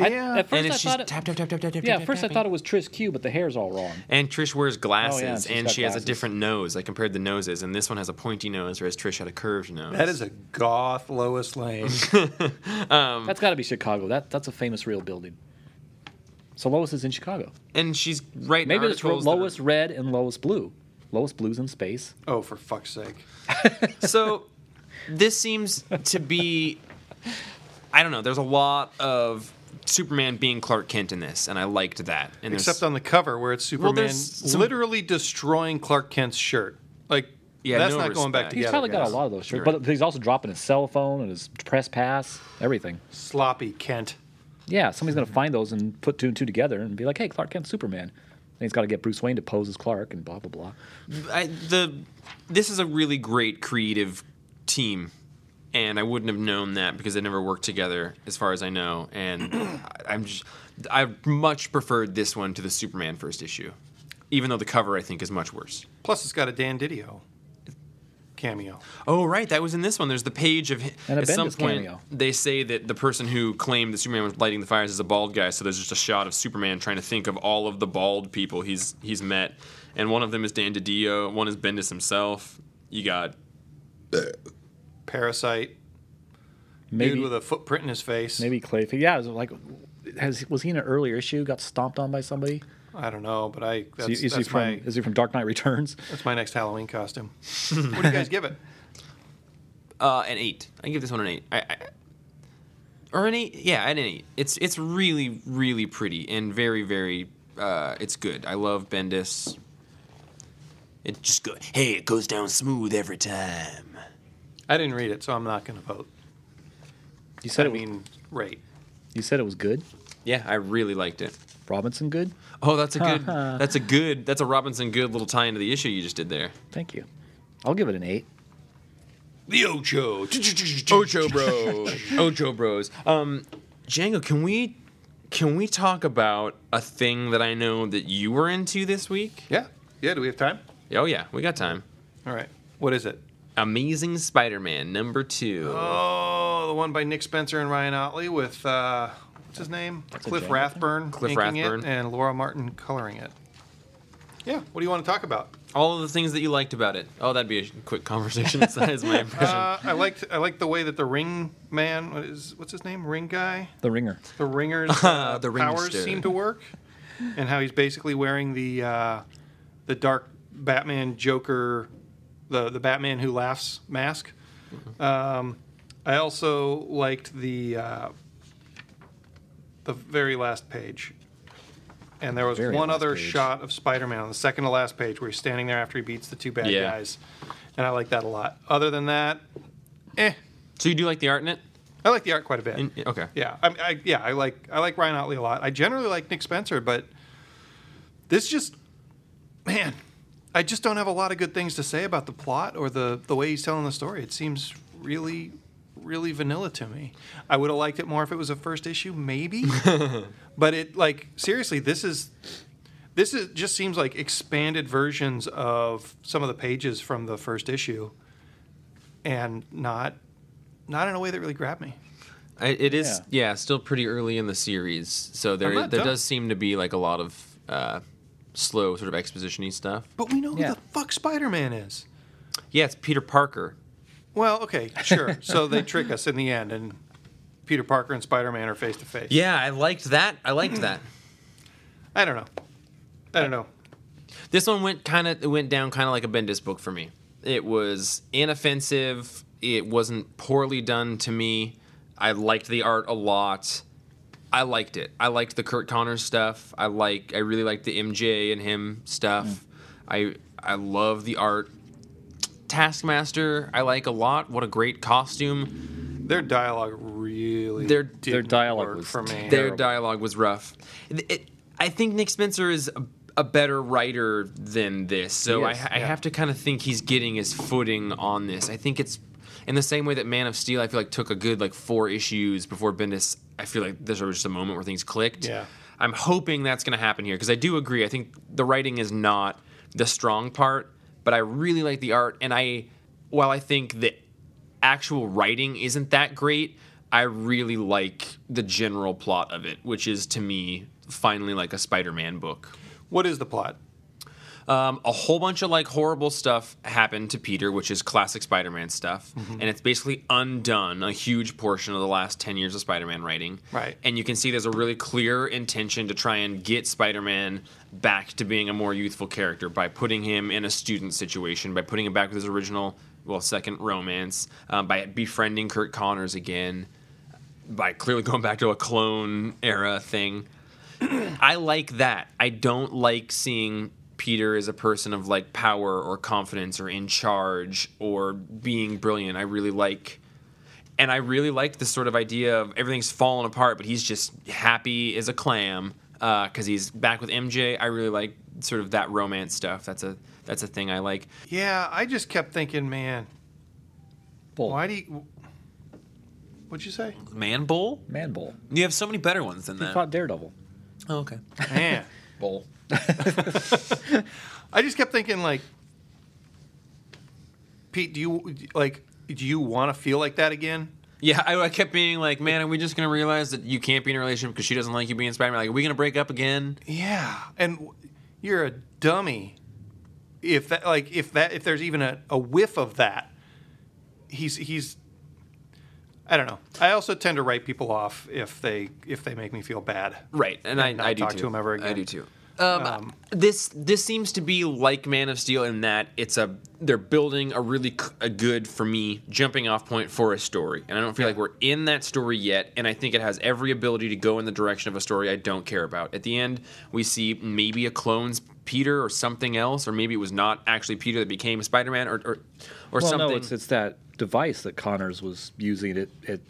[SPEAKER 4] I-
[SPEAKER 2] Yeah.
[SPEAKER 4] at first
[SPEAKER 1] and
[SPEAKER 4] I
[SPEAKER 1] it's
[SPEAKER 4] thought
[SPEAKER 1] just
[SPEAKER 4] it,
[SPEAKER 1] tap tap tap tap tap tap.
[SPEAKER 4] yeah. At
[SPEAKER 1] tap,
[SPEAKER 4] first I
[SPEAKER 1] tapping.
[SPEAKER 4] thought it was Tris Q, but the hair's all wrong.
[SPEAKER 1] And Trish wears glasses,
[SPEAKER 4] Oh, she's
[SPEAKER 1] and
[SPEAKER 4] got
[SPEAKER 1] she has a
[SPEAKER 4] glasses.
[SPEAKER 1] different nose. I compared the noses, and this one has a pointy nose, whereas Trish had a curved nose.
[SPEAKER 2] That is a goth Lois Lane.
[SPEAKER 1] Um.
[SPEAKER 4] That's got to be Chicago. That that's a famous real building. So Lois is in Chicago.
[SPEAKER 1] and she's right.
[SPEAKER 4] Maybe it's
[SPEAKER 1] articles that are-
[SPEAKER 4] Lois Red and Lois Blue. Lois Blue's in space.
[SPEAKER 2] oh, for fuck's sake.
[SPEAKER 1] So this seems to be I don't know. There's a lot of Superman being Clark Kent in this, and I liked that. And there's-
[SPEAKER 2] Except on the cover where it's Superman
[SPEAKER 1] there's some-
[SPEAKER 2] literally destroying Clark Kent's shirt. Like,
[SPEAKER 1] Yeah,
[SPEAKER 2] that's
[SPEAKER 1] no
[SPEAKER 2] not going back
[SPEAKER 1] respect.
[SPEAKER 2] together.
[SPEAKER 1] He's
[SPEAKER 4] He's probably got
[SPEAKER 2] guys.
[SPEAKER 4] a lot of those shirts,
[SPEAKER 1] You're
[SPEAKER 4] but he's also dropping his cell phone and his press pass, everything.
[SPEAKER 2] sloppy Kent.
[SPEAKER 4] Yeah, somebody's gonna find those and put two and two together and be like, "Hey, Clark Kent's Superman." And he's got to get Bruce Wayne to pose as Clark and blah blah blah.
[SPEAKER 1] I, the this is a really great creative team, and I wouldn't have known that because they never worked together, as far as I know. And I, I'm just, I much preferred this one to the Superman first issue, even though the cover I think is much worse.
[SPEAKER 2] Plus, it's got a Dan Didio cameo.
[SPEAKER 1] Oh right, that was in this one. There's the page of hi-
[SPEAKER 4] And a
[SPEAKER 1] at some
[SPEAKER 4] Bendis
[SPEAKER 1] point
[SPEAKER 4] cameo.
[SPEAKER 1] they say that the person who claimed that Superman was lighting the fires is a bald guy. So there's just a shot of Superman trying to think of all of the bald people he's he's met, and one of them is Dan DiDio, one is Bendis himself. You got
[SPEAKER 2] Parasite. Dude
[SPEAKER 4] Maybe
[SPEAKER 2] with a footprint in his face.
[SPEAKER 4] maybe Clayface. Yeah, it was like, has was he in an earlier issue? Got stomped on by somebody?
[SPEAKER 2] I don't know, but I that's,
[SPEAKER 4] is, he, is he
[SPEAKER 2] that's
[SPEAKER 4] from
[SPEAKER 2] my
[SPEAKER 4] is he from Dark Knight Returns?
[SPEAKER 2] that's my next Halloween costume. what do you guys give it?
[SPEAKER 1] uh, an eight. I give this one an eight. I, I, or an eight? Yeah, an eight. It's it's really really pretty and very very. Uh, it's good. I love Bendis. It just go. Hey, it goes down smooth every time.
[SPEAKER 2] I didn't read it, so I'm not going to vote.
[SPEAKER 4] You said
[SPEAKER 2] I
[SPEAKER 4] it. was-
[SPEAKER 2] mean, rate.
[SPEAKER 4] you said it was good.
[SPEAKER 1] Yeah, I really liked it.
[SPEAKER 4] Robinson, good.
[SPEAKER 1] Oh, that's a good. that's a good. That's a Robinson good little tie into the issue you just did there.
[SPEAKER 4] Thank you. I'll give it an eight.
[SPEAKER 2] The Ocho.
[SPEAKER 1] Ocho Bros. Ocho Bros. Um, Django, can we can we talk about a thing that I know that you were into this week?
[SPEAKER 2] Yeah. Yeah. Do we have time?
[SPEAKER 1] Oh yeah, we got time.
[SPEAKER 2] All right. What is it?
[SPEAKER 1] Amazing Spider-Man number two.
[SPEAKER 2] Oh, the one by Nick Spencer and Ryan Otley with uh, what's his name?
[SPEAKER 4] a
[SPEAKER 2] Cliff
[SPEAKER 4] Django
[SPEAKER 2] Rathburn.
[SPEAKER 1] Cliff
[SPEAKER 2] inking it
[SPEAKER 1] Rathburn.
[SPEAKER 2] and Laura Martin coloring it. Yeah. What do you want to talk about?
[SPEAKER 1] All of the things that you liked about it. Oh, that'd be a quick conversation. that is my impression.
[SPEAKER 2] Uh, I liked I liked the way that the ring man what is what's his name ring guy
[SPEAKER 4] The Ringer.
[SPEAKER 2] the ringer's uh,
[SPEAKER 1] The
[SPEAKER 2] powers
[SPEAKER 1] ringster.
[SPEAKER 2] seem to work, and how he's basically wearing the uh, the dark Batman Joker, the the Batman who laughs mask. Um, I also liked the uh, the very last page. And there was
[SPEAKER 4] Very
[SPEAKER 2] one
[SPEAKER 4] last
[SPEAKER 2] other
[SPEAKER 4] page.
[SPEAKER 2] shot of Spider-Man on the second to last page where he's standing there after he beats the two bad
[SPEAKER 1] Yeah.
[SPEAKER 2] guys, and I like that a lot. Other than that, eh,
[SPEAKER 1] so you do like the art in it?
[SPEAKER 2] I like the art quite a bit.
[SPEAKER 1] In- okay.
[SPEAKER 2] Yeah, I, mean, I yeah, I like I like Ryan Otley a lot. I generally like Nick Spencer, but this just man, I just don't have a lot of good things to say about the plot or the the way he's telling the story. It seems really really vanilla to me. I would have liked it more if it was a first issue maybe. but it like seriously, this is this is just seems like expanded versions of some of the pages from the first issue and not not in a way that really grabbed me.
[SPEAKER 1] I, it is. Yeah. still pretty early in the series, so
[SPEAKER 2] I'm
[SPEAKER 1] there
[SPEAKER 2] not
[SPEAKER 1] there
[SPEAKER 2] done.
[SPEAKER 1] does seem to be like a lot of uh, slow sort of expositiony stuff.
[SPEAKER 2] But we know
[SPEAKER 4] Yeah.
[SPEAKER 2] who the fuck Spider Man is.
[SPEAKER 1] Yeah, it's Peter Parker.
[SPEAKER 2] Well, okay, sure. so they trick us in the end, and Peter Parker and Spider Man are face to face.
[SPEAKER 1] Yeah, I liked that. I liked that.
[SPEAKER 2] I don't know. I don't know.
[SPEAKER 1] This one went kind of it went down kind of like a Bendis book for me. It was inoffensive. It wasn't poorly done to me. I liked the art a lot. I liked it. I liked the Kurt Connors stuff. I like. I really liked the MJ and him stuff.
[SPEAKER 4] Hmm.
[SPEAKER 1] I I love the art. Taskmaster, I like a lot. What a great costume.
[SPEAKER 2] Their dialogue really
[SPEAKER 1] Their-
[SPEAKER 2] didn't
[SPEAKER 1] their
[SPEAKER 4] dialogue
[SPEAKER 2] work
[SPEAKER 4] was
[SPEAKER 2] for me.
[SPEAKER 1] Their dialogue was rough. It- it- I think Nick Spencer is a, a better writer than this, so
[SPEAKER 4] He is,
[SPEAKER 1] I, I have to kind of think he's getting his footing on this. I think it's in the same way that Man of Steel, I feel like took a good like four issues before Bendis. I feel like there was just a moment where things clicked.
[SPEAKER 2] Yeah.
[SPEAKER 1] I'm hoping that's going to happen here because I do agree. I think the writing is not the strong part, but I really like the art. And I, while I think the actual writing isn't that great, I really like the general plot of it, which is to me finally like a Spider Man book.
[SPEAKER 2] what is the plot?
[SPEAKER 1] Um, a whole bunch of like horrible stuff happened to Peter, which is classic Spider Man stuff. And it's basically undone a huge portion of the last 10 years of Spider Man writing.
[SPEAKER 2] Right.
[SPEAKER 1] And you can see there's a really clear intention to try and get Spider Man back to being a more youthful character by putting him in a student situation, by putting him back with his original, well, second romance, um, by befriending Kurt Connors again by clearly going back to a clone era thing. I like that. I don't like seeing Peter as a person of like power or confidence or in charge or being brilliant. I really like and I really like this sort of idea of everything's fallen apart, but he's just happy as a clam because he's back with MJ. I really like sort of that romance stuff. That's a that's a thing I like.
[SPEAKER 2] Yeah, I just kept thinking, man,
[SPEAKER 4] Bull.
[SPEAKER 2] why do you. What'd you say?
[SPEAKER 1] Man Bull?
[SPEAKER 4] Man Bull.
[SPEAKER 1] You have so many better ones than
[SPEAKER 4] He
[SPEAKER 1] that.
[SPEAKER 4] fought Daredevil.
[SPEAKER 1] Oh, okay.
[SPEAKER 2] Man.
[SPEAKER 4] Bull.
[SPEAKER 2] I just kept thinking, like, Pete, do you, like, do you want to feel like that again?
[SPEAKER 1] Yeah, I, I kept being like, man, are we just gonna realize that you can't be in a relationship because she doesn't like you being Spider-Man? Like, are we gonna break up again?
[SPEAKER 2] Yeah, and w- you're a dummy. If that, like, if that, if there's even a, a whiff of that, he's he's. I don't know. I also tend to write people off if they if they make me feel bad.
[SPEAKER 1] Right, and,
[SPEAKER 2] And
[SPEAKER 1] I,
[SPEAKER 2] not
[SPEAKER 1] I do
[SPEAKER 2] talk
[SPEAKER 1] too.
[SPEAKER 2] to him ever
[SPEAKER 1] I
[SPEAKER 2] again.
[SPEAKER 1] do too. Um, this this seems to be like Man of Steel in that it's a they're building a really c- a good for me jumping off point for a story, and I don't feel like we're in that story yet. And I think it has every ability to go in the direction of a story I don't care about. At the end, we see maybe a clone's Peter or something else, or maybe it was not actually Peter that became Spider Man, or or, or
[SPEAKER 4] Well,
[SPEAKER 1] something.
[SPEAKER 4] no, it's it's that device that Connors was using. It it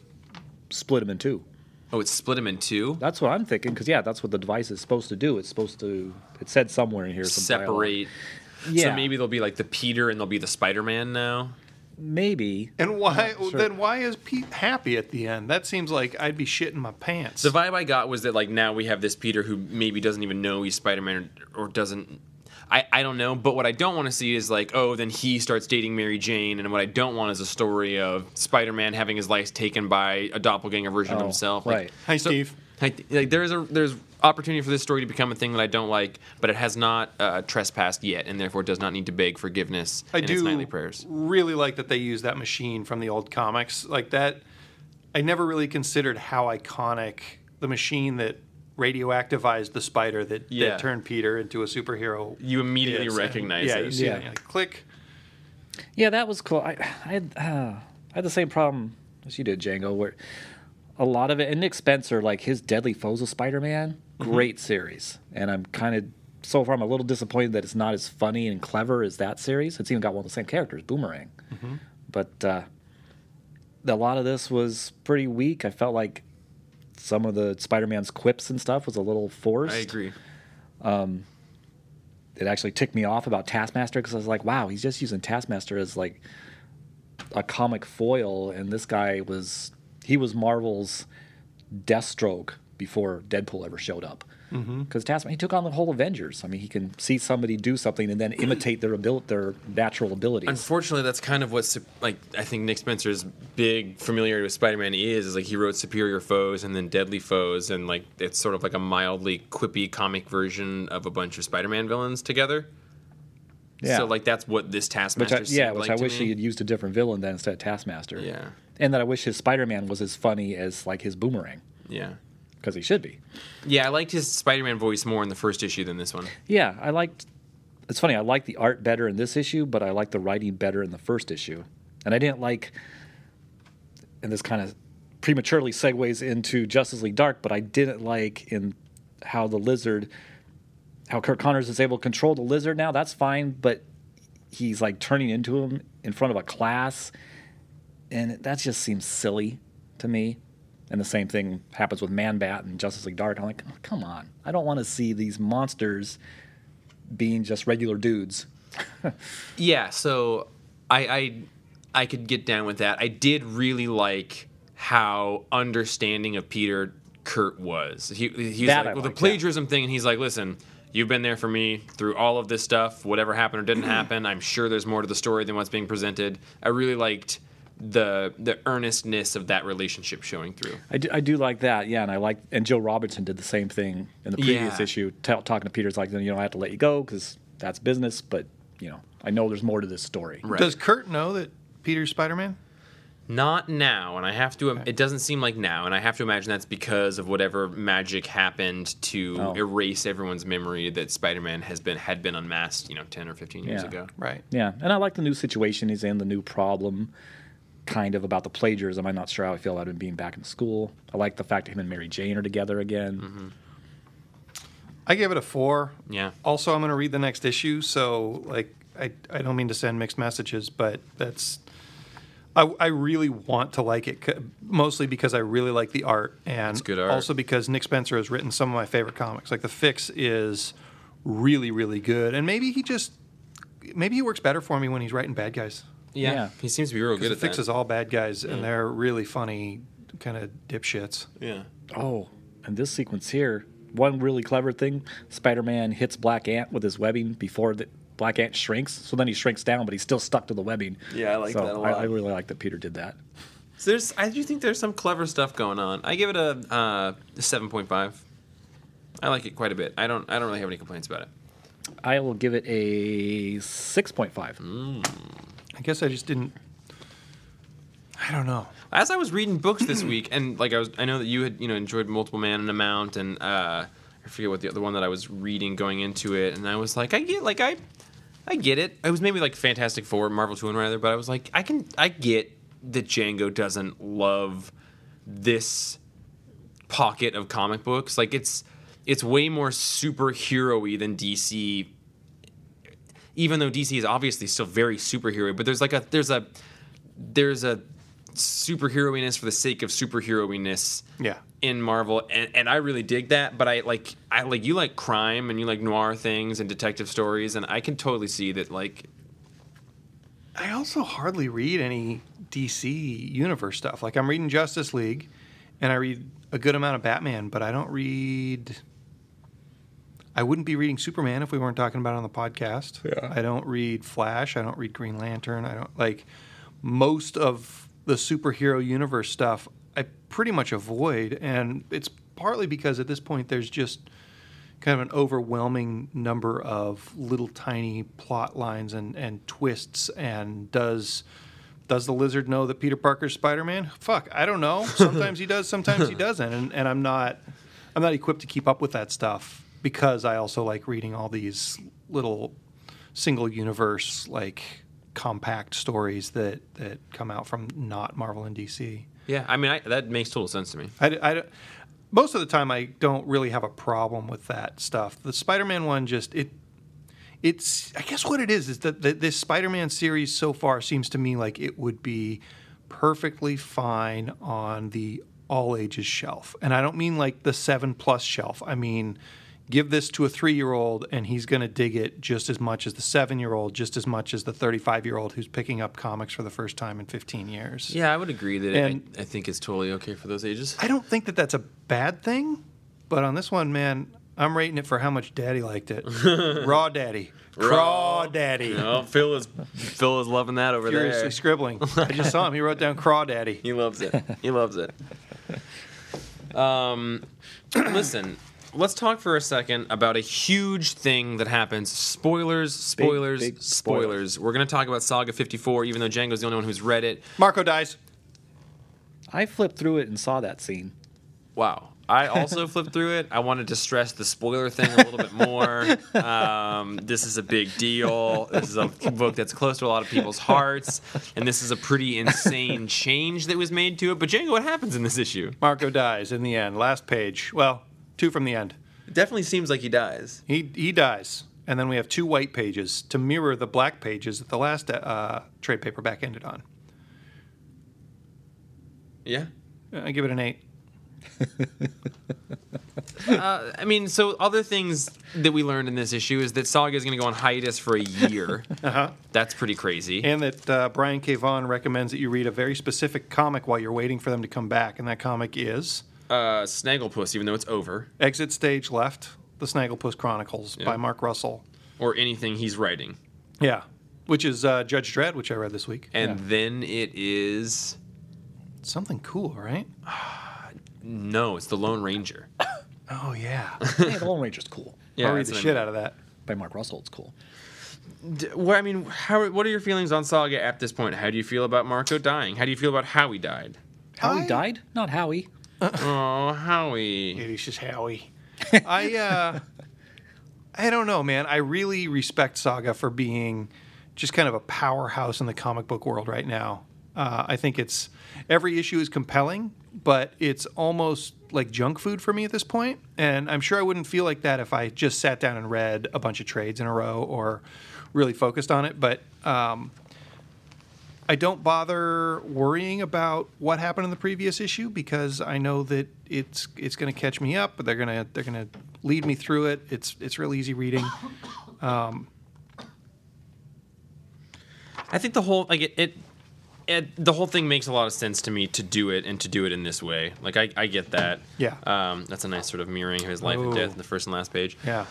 [SPEAKER 4] split him in two.
[SPEAKER 1] oh, it's split him in two.
[SPEAKER 4] That's what I'm thinking. Because yeah, that's what the device is supposed to do. It's supposed to. It said somewhere in here. some dialogue.
[SPEAKER 1] Separate.
[SPEAKER 4] Yeah.
[SPEAKER 1] So maybe there'll be like the Peter and there'll be the Spider Man now.
[SPEAKER 4] Maybe.
[SPEAKER 2] And why
[SPEAKER 4] Yeah, sure.
[SPEAKER 2] then? Why is Pete happy at the end? That seems like I'd be shitting my pants.
[SPEAKER 1] The vibe I got was that like now we have this Peter who maybe doesn't even know he's Spider Man or, or doesn't. I, I don't know, but what I don't want to see is like, oh, then he starts dating Mary Jane, and what I don't want is a story of Spider Man having his life taken by a doppelganger version of
[SPEAKER 4] Oh,
[SPEAKER 1] himself.
[SPEAKER 4] right.
[SPEAKER 2] Hi,
[SPEAKER 1] so-
[SPEAKER 2] Steve.
[SPEAKER 1] I th- like there's a there's opportunity for this story to become a thing that I don't like, but it has not uh, trespassed yet, and therefore does not need to beg forgiveness
[SPEAKER 2] I
[SPEAKER 1] in
[SPEAKER 2] do
[SPEAKER 1] its nightly prayers.
[SPEAKER 2] really like that they use that machine from the old comics. Like that, I never really considered how iconic the machine that radioactivized the spider that,
[SPEAKER 1] Yeah.
[SPEAKER 2] that turned Peter into a superhero.
[SPEAKER 1] You immediately
[SPEAKER 2] is.
[SPEAKER 1] recognize
[SPEAKER 2] yeah,
[SPEAKER 1] it.
[SPEAKER 2] you see
[SPEAKER 4] Yeah.
[SPEAKER 2] that, you're like, click.
[SPEAKER 4] Yeah, that was cool. I I had, uh, I had the same problem as you did, Django, where a lot of it and Nick Spencer, like his Deadly Foes of Spider Man,
[SPEAKER 1] Mm-hmm.
[SPEAKER 4] great series. And I'm kind of so far I'm a little disappointed that it's not as funny and clever as that series. It's even got one of the same characters, Boomerang.
[SPEAKER 1] Mm-hmm.
[SPEAKER 4] But uh, a lot of this was pretty weak. I felt like some of the Spider Man's quips and stuff was a little forced
[SPEAKER 1] I agree.
[SPEAKER 4] it actually ticked me off about Taskmaster because I was like, wow, he's just using Taskmaster as like a comic foil, and this guy was he was Marvel's Deathstroke before Deadpool ever showed up. Because
[SPEAKER 1] Mm-hmm.
[SPEAKER 4] Taskmaster he took on the whole Avengers. I mean, he can see somebody do something and then imitate their abil- their natural abilities.
[SPEAKER 1] Unfortunately, that's kind of what sup- like I think Nick Spencer's big familiarity with Spider-Man is is like he wrote Superior Foes and then Deadly Foes and like it's sort of like a mildly quippy comic version of a bunch of Spider-Man villains together. So like that's what this
[SPEAKER 4] which I,
[SPEAKER 1] Taskmaster.
[SPEAKER 4] yeah,
[SPEAKER 1] seemed
[SPEAKER 4] which
[SPEAKER 1] like
[SPEAKER 4] I
[SPEAKER 1] to
[SPEAKER 4] wish
[SPEAKER 1] me.
[SPEAKER 4] he had used a different villain than instead of Taskmaster.
[SPEAKER 1] Yeah,
[SPEAKER 4] and that I wish his Spider Man was as funny as like his Boomerang
[SPEAKER 1] yeah,
[SPEAKER 4] because he should be.
[SPEAKER 1] yeah. I liked his Spider-Man voice more in the first issue than this one.
[SPEAKER 4] Yeah, I liked. It's funny. I liked the art better in this issue, but I liked the writing better in the first issue. And I didn't like. And this kind of prematurely segues into Justice League Dark, but I didn't like in how the lizard, how Kirk Connors is able to control the lizard now. That's fine, but he's like turning into him in front of a class, and that just seems silly to me. And the same thing happens with Man Bat and Justice League Dark. I'm like, oh, come on, I don't want to see these monsters being just regular dudes.
[SPEAKER 1] Yeah, so I, I I could get down with that. I did really like how understanding of Peter Kurt was. He he's
[SPEAKER 4] That I
[SPEAKER 1] like, well, the
[SPEAKER 4] liked, yeah.
[SPEAKER 1] plagiarism thing, and he's like, listen. You've been there for me through all of this stuff, whatever happened or didn't happen. I'm sure there's more to the story than what's being presented. I really liked the the earnestness of that relationship showing through.
[SPEAKER 4] I do, I do like that, yeah. And I like, and Joe Robertson did the same thing in the previous
[SPEAKER 1] Yeah.
[SPEAKER 4] issue, t- talking to Peter's like, you know, I have to let you go because that's business, but you know, I know there's more to this story.
[SPEAKER 1] Right.
[SPEAKER 2] Does Kurt know that Peter's Spider Man?
[SPEAKER 1] Not now, and I have to. It doesn't seem like now, and I have to imagine that's because of whatever magic happened to
[SPEAKER 4] Oh.
[SPEAKER 1] erase everyone's memory that Spider-Man has been had been unmasked, you know, ten or fifteen years
[SPEAKER 4] Yeah.
[SPEAKER 1] ago.
[SPEAKER 2] Right.
[SPEAKER 4] Yeah, and I like the new situation he's in, the new problem, kind of about the plagiarism. I'm not sure how I feel about him being back in school. I like the fact that him and Mary Jane are together
[SPEAKER 1] Mm-hmm.
[SPEAKER 4] again.
[SPEAKER 2] I gave it a four.
[SPEAKER 1] Yeah.
[SPEAKER 2] Also, I'm going to read the next issue, so like, I, I don't mean to send mixed messages, but that's I, I really want to like it, c- mostly because I really like the art, and
[SPEAKER 1] good art.
[SPEAKER 2] also because Nick Spencer has written some of my favorite comics. Like the Fix is really really good, and maybe he just maybe he works better for me when he's writing bad guys.
[SPEAKER 1] Yeah.
[SPEAKER 4] Yeah.
[SPEAKER 1] He seems to be real good
[SPEAKER 2] The
[SPEAKER 1] at
[SPEAKER 2] Fix
[SPEAKER 1] that.
[SPEAKER 2] is all bad guys, and they're really funny kind of dipshits.
[SPEAKER 1] yeah.
[SPEAKER 4] Oh, and this sequence here, one really clever thing: Spider-Man hits Black Ant with his webbing before the Black Ant shrinks. So then he shrinks down, but he's still stuck to the webbing.
[SPEAKER 1] Yeah, I like
[SPEAKER 4] So
[SPEAKER 1] that a
[SPEAKER 4] I-
[SPEAKER 1] lot.
[SPEAKER 4] I really like that Peter did that.
[SPEAKER 1] So there's, I do think there's some clever stuff going on. I give it a uh, 7.5. I like it quite a bit. I don't, I don't really have any complaints about it.
[SPEAKER 4] I will give it a six point five.
[SPEAKER 2] I guess I just didn't. I don't know.
[SPEAKER 1] As I was reading books this week, and like I was, I know that you had, you know, enjoyed Multiple Man an amount, and uh, I forget what the other one that I was reading going into it, and I was like, I get, like I, I get it. It was maybe like Fantastic Four, Marvel Two, and rather, but I was like, I can, I get that Django doesn't love this pocket of comic books. Like it's, it's way more superhero-y than DC even though DC is obviously still very superhero, but there's like a there's a there's a superheroiness for the sake of superheroiness
[SPEAKER 2] Yeah.
[SPEAKER 1] in Marvel, and, and I really dig that. But I like I like you like crime and you like noir things and detective stories, and I can totally see that like
[SPEAKER 2] I also hardly read any DC universe stuff. Like I'm reading Justice League, and I read a good amount of Batman, but I don't read. I wouldn't be reading Superman if we weren't talking about it on the podcast. Yeah. I don't read Flash. I don't read Green Lantern. I don't like most of the superhero universe stuff. I pretty much avoid, and it's partly because at this point there's just kind of an overwhelming number of little tiny plot lines and, and twists and does does the lizard know that Peter Parker's Spider-Man? Fuck, I don't know. Sometimes he does, sometimes he doesn't. And and I'm not I'm not equipped to keep up with that stuff because I also like reading all these little single universe like compact stories that that come out from not Marvel and DC.
[SPEAKER 1] yeah. I mean I, that makes total sense to me.
[SPEAKER 2] I, d- I d- most of the time I don't really have a problem with that stuff. The Spider-Man one just it it's I guess what it is is that that this Spider-Man series so far seems to me like it would be perfectly fine on the all ages shelf. And I don't mean like the 7 plus shelf. I mean give this to a 3-year-old and he's going to dig it just as much as the 7-year-old, just as much as the 35-year-old who's picking up comics for the first time in 15 years.
[SPEAKER 1] Yeah, I would agree that
[SPEAKER 2] And-
[SPEAKER 1] I, I think it's totally okay for those ages.
[SPEAKER 2] I don't think that that's a bad thing, but on this one, man, I'm rating it for how much daddy liked it. Raw daddy. Craw daddy.
[SPEAKER 1] Oh, Phil is Phil is loving that over
[SPEAKER 2] Furiously
[SPEAKER 1] there.
[SPEAKER 2] scribbling. I just saw him. He wrote down craw daddy.
[SPEAKER 1] He loves it. He loves it. Um, listen, let's talk for a second about a huge thing that happens. Spoilers, spoilers,
[SPEAKER 4] big
[SPEAKER 1] spoilers.
[SPEAKER 4] spoilers.
[SPEAKER 1] We're going to talk about Saga 54, even though Django's the only one who's read it.
[SPEAKER 2] Marco dies.
[SPEAKER 4] I flipped through it and saw that scene.
[SPEAKER 1] Wow. I also flipped through it. I wanted to stress the spoiler thing a little bit more. Um, this is a big deal. This is a book that's close to a lot of people's hearts, and this is a pretty insane change that was made to it. But Django, what happens in this issue?
[SPEAKER 2] Marco dies in the end. Last page. Well, two from the end.
[SPEAKER 1] It definitely seems like he dies.
[SPEAKER 2] He he dies, and then we have two white pages to mirror the black pages that the last uh, trade paperback ended on.
[SPEAKER 1] Yeah.
[SPEAKER 2] I give it an eight.
[SPEAKER 1] I mean, so other things that we learned in this issue is that Saga is going to go on hiatus for a year.
[SPEAKER 2] Uh-huh.
[SPEAKER 1] That's pretty crazy.
[SPEAKER 2] And that uh, Brian K. Vaughan recommends that you read a very specific comic while you're waiting for them to come back, and that comic is
[SPEAKER 1] uh, Snagglepuss, even though it's over,
[SPEAKER 2] Exit Stage Left, The Snagglepuss Chronicles by Mark Russell.
[SPEAKER 1] or anything he's writing,
[SPEAKER 2] Yeah. Which is uh, Judge Dredd, which I read this week.
[SPEAKER 1] and then it is
[SPEAKER 2] Something cool, right?
[SPEAKER 1] no, it's the Lone Ranger.
[SPEAKER 2] Oh, yeah.
[SPEAKER 4] hey, the Lone Ranger's cool.
[SPEAKER 2] I'll read
[SPEAKER 1] that's
[SPEAKER 2] the
[SPEAKER 1] what I
[SPEAKER 2] shit out of that.
[SPEAKER 4] By Mark Russell, it's cool.
[SPEAKER 1] mean. D- Well, I mean, how? What are your feelings on Saga at this point? How do you feel about Marco dying? How do you feel about how he died?
[SPEAKER 4] Howie
[SPEAKER 2] I-
[SPEAKER 4] died? Not Howie.
[SPEAKER 1] Oh, Howie.
[SPEAKER 2] It is just Howie. I uh, I don't know, man. I really respect Saga for being just kind of a powerhouse in the comic book world right now. Uh, I think it's every issue is compelling, but it's almost like junk food for me at this point. And I'm sure I wouldn't feel like that if I just sat down and read a bunch of trades in a row or really focused on it. But um, I don't bother worrying about what happened in the previous issue because I know that it's it's going to catch me up. But they're gonna they're gonna lead me through it. It's it's real easy reading.
[SPEAKER 1] I think the whole like it, it, it the whole thing makes a lot of sense to me to do it and to do it in this way. Like I, I get that.
[SPEAKER 2] Yeah.
[SPEAKER 1] Um, that's a nice sort of mirroring of his life and
[SPEAKER 2] Oh.
[SPEAKER 1] death in the first and last page.
[SPEAKER 2] Yeah.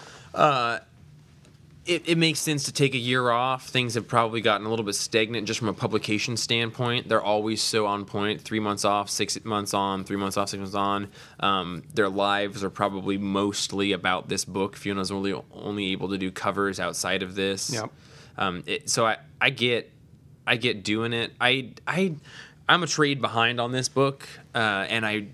[SPEAKER 1] It, it makes sense to take a year off. Things have probably gotten a little bit stagnant just from a publication standpoint. They're always so on point. Three months off, six months on, three months off, six months on. Um, their lives are probably mostly about this book. Fiona's only only able to do covers outside of this.
[SPEAKER 2] Yep.
[SPEAKER 1] Um, it, so I, I get I get doing it. I I I'm a trade behind on this book, uh, and I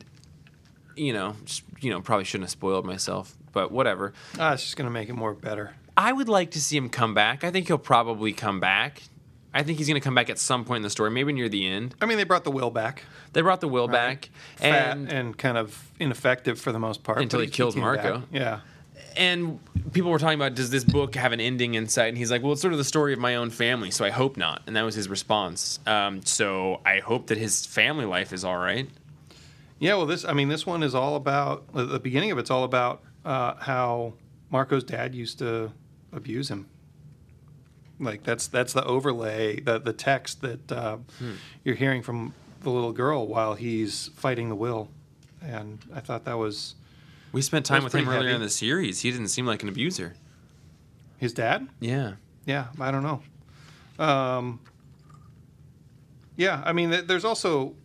[SPEAKER 1] you know s- you know probably shouldn't have spoiled myself, but whatever.
[SPEAKER 2] Ah, it's just going to make it more better.
[SPEAKER 1] I would like to see him come back. I think he'll probably come back. I think he's going to come back at some point in the story, maybe near the end.
[SPEAKER 2] I mean, they brought the will back,
[SPEAKER 1] They brought the will back,
[SPEAKER 2] fat
[SPEAKER 1] and
[SPEAKER 2] and, kind of ineffective for the most part
[SPEAKER 1] Until
[SPEAKER 2] but
[SPEAKER 1] he kills
[SPEAKER 2] came
[SPEAKER 1] Marco.
[SPEAKER 2] back. Yeah,
[SPEAKER 1] and people were talking about does this book have an ending in sight? And he's like, well, it's sort of the story of my own family, so I hope not. And that was his response. Um, so I hope that his family life is all right.
[SPEAKER 2] yeah. Well, this I mean, this one is all about the- the beginning of it's all about uh, how Marco's dad used to abuse him. Like that's that's the overlay, the the text that uh, you're hearing from the little girl while he's fighting the will, and I thought that was
[SPEAKER 1] We spent time
[SPEAKER 2] That's
[SPEAKER 1] with him
[SPEAKER 2] pretty
[SPEAKER 1] earlier
[SPEAKER 2] heavy.
[SPEAKER 1] in the series. He didn't seem like an abuser.
[SPEAKER 2] his dad.
[SPEAKER 1] Yeah.
[SPEAKER 2] Yeah, I don't know. Um, yeah, I mean, th- there's also,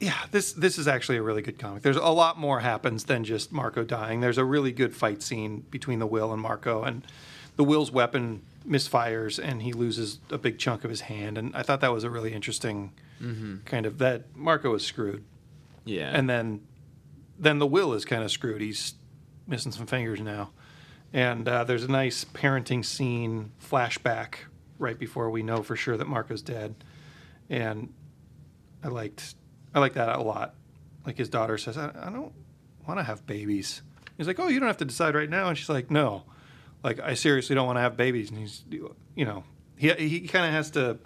[SPEAKER 2] yeah, this this is actually a really good comic. There's a lot more happens than just Marco dying. There's a really good fight scene between the Will and Marco, and the Will's weapon misfires, and he loses a big chunk of his hand. And I thought that was a really interesting kind of that Marco was screwed,
[SPEAKER 1] Yeah.
[SPEAKER 2] and then then the Will is kind of screwed. He's missing some fingers now. And uh, there's a nice parenting scene flashback right before we know for sure that Marco's dead. And I liked I liked that a lot. Like his daughter says, I, I don't want to have babies. He's like, Oh, you don't have to decide right now. And she's like, No, like I seriously don't want to have babies. And he's, you know, he he kind of has to.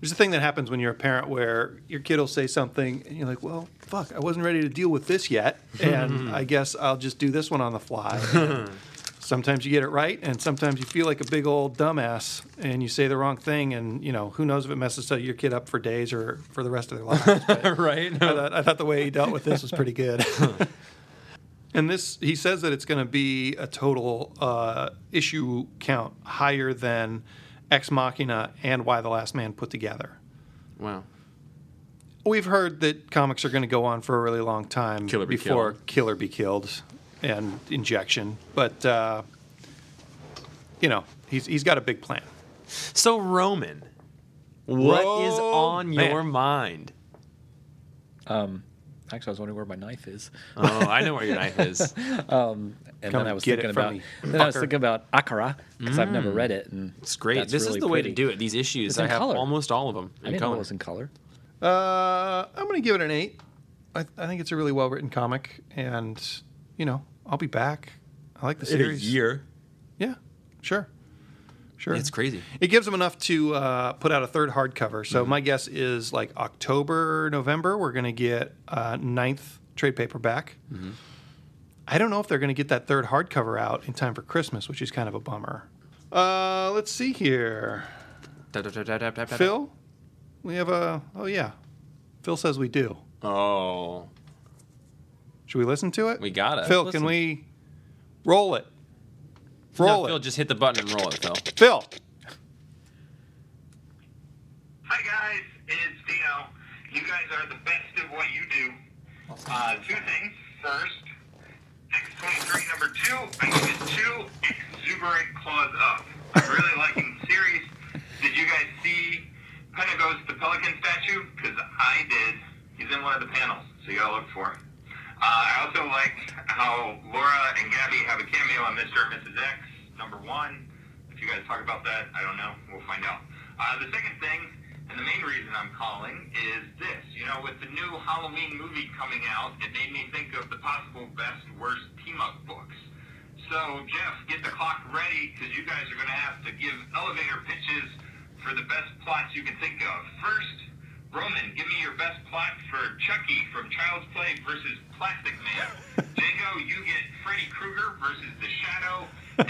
[SPEAKER 2] There's a thing that happens when you're a parent where your kid will say something and you're like, Well, fuck, I wasn't ready to deal with this yet, and I guess I'll just do this one on the fly. And Sometimes you get it right, and sometimes you feel like a big old dumbass, and you say the wrong thing, and you know who knows if it messes up your kid up for days or for the rest of their lives. But
[SPEAKER 1] right.
[SPEAKER 2] I thought, I thought the way he dealt with this was pretty good. and this, he says that it's going to be a total uh, issue count higher than Ex Machina and Why the Last Man put together.
[SPEAKER 1] Wow.
[SPEAKER 2] We've heard that comics are going to go on for a really long time
[SPEAKER 1] Kill or be
[SPEAKER 2] before
[SPEAKER 1] killed.
[SPEAKER 2] Killer Be Killed and Injection, but uh, you know he's he's got a big plan.
[SPEAKER 1] So Roman, what is on
[SPEAKER 2] Roman.
[SPEAKER 1] your mind?
[SPEAKER 4] Actually, I was wondering where my knife is.
[SPEAKER 1] Oh, I know where your knife is.
[SPEAKER 4] And
[SPEAKER 2] Come
[SPEAKER 4] then I was
[SPEAKER 2] get it
[SPEAKER 4] thinking
[SPEAKER 2] from
[SPEAKER 4] about
[SPEAKER 2] me,
[SPEAKER 4] then I was
[SPEAKER 2] fucker.
[SPEAKER 4] thinking about Akara because I've never read it. And
[SPEAKER 1] Mm. It's great.
[SPEAKER 4] that's
[SPEAKER 1] this
[SPEAKER 4] really
[SPEAKER 1] is the way to
[SPEAKER 4] pretty.
[SPEAKER 1] do it. These issues,
[SPEAKER 4] It's
[SPEAKER 1] I
[SPEAKER 4] in
[SPEAKER 1] have
[SPEAKER 4] color.
[SPEAKER 1] almost all of them
[SPEAKER 4] I
[SPEAKER 1] in
[SPEAKER 4] didn't know
[SPEAKER 1] color.
[SPEAKER 4] it was in color.
[SPEAKER 2] Uh, I'm going to give it an eight. I, I think it's a really well written comic, and you know, I'll be back. I like the series.
[SPEAKER 1] year,
[SPEAKER 2] Yeah, sure, sure.
[SPEAKER 1] it's crazy.
[SPEAKER 2] It gives them enough to uh, put out a third hardcover. So
[SPEAKER 1] Mm-hmm.
[SPEAKER 2] my guess is like October, November, we're going to get uh, ninth trade paperback.
[SPEAKER 1] Mm-hmm.
[SPEAKER 2] I don't know if they're going to get that third hardcover out in time for Christmas, which is kind of a bummer. Uh, let's see here.
[SPEAKER 1] Tap, tap, tap, tap, tap, tap, tap.
[SPEAKER 2] Phil, we have a. Oh yeah, Phil says we do.
[SPEAKER 1] Oh,
[SPEAKER 2] Should we listen to it?
[SPEAKER 1] we got it.
[SPEAKER 2] Phil, can we roll it? Roll
[SPEAKER 1] Phil,
[SPEAKER 2] it.
[SPEAKER 1] just hit the button and roll it, Phil.
[SPEAKER 2] Phil.
[SPEAKER 5] Hi guys, it's Dino. You guys are the best at what you do. Uh, two things. First, X23 number two, I give it two exuberant claws up. I'm really liking the series. Did you guys see Pentagos the Pelican statue? Because I did. He's in one of the panels, so you gotta look for him. Uh, I also like how Laura and Gabby have a cameo on Mr. and Mrs. X, number one. If you guys talk about that, I don't know. We'll find out. Uh, the second thing, And the main reason I'm calling is this. You know, with the new Halloween movie coming out, it made me think of the possible best and worst team up books. So, Jeff, get the clock ready because you guys are going to have to give elevator pitches for the best plots you can think of. First, Roman, give me your best plot for Chucky from Child's Play versus Plastic Man. Django, you get Freddy Krueger versus The Shadow.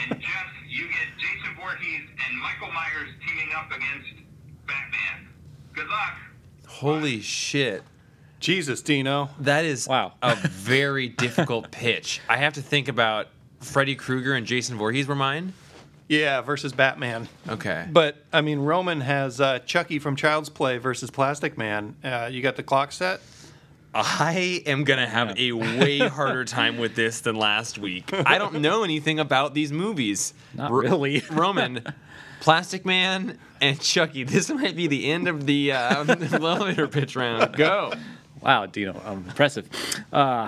[SPEAKER 5] And Jeff, you get Jason Voorhees and Michael Myers teaming up against Batman. Good luck.
[SPEAKER 1] Holy shit.
[SPEAKER 2] Jesus, Dino.
[SPEAKER 1] That is
[SPEAKER 4] Wow.
[SPEAKER 1] a very difficult pitch. I have to think about Freddy Krueger and Jason Voorhees were mine.
[SPEAKER 2] Yeah, versus Batman.
[SPEAKER 1] Okay.
[SPEAKER 2] But I mean, Roman has uh, Chucky from Child's Play versus Plastic Man. Uh, you got the clock set.
[SPEAKER 1] I am going to have a way harder time with this than last week. I don't know anything about these movies.
[SPEAKER 4] Not really.
[SPEAKER 1] Roman, Plastic Man, and Chucky. This might be the end of the uh, elevator pitch round. Go.
[SPEAKER 4] Wow, Dino, um, impressive. Uh,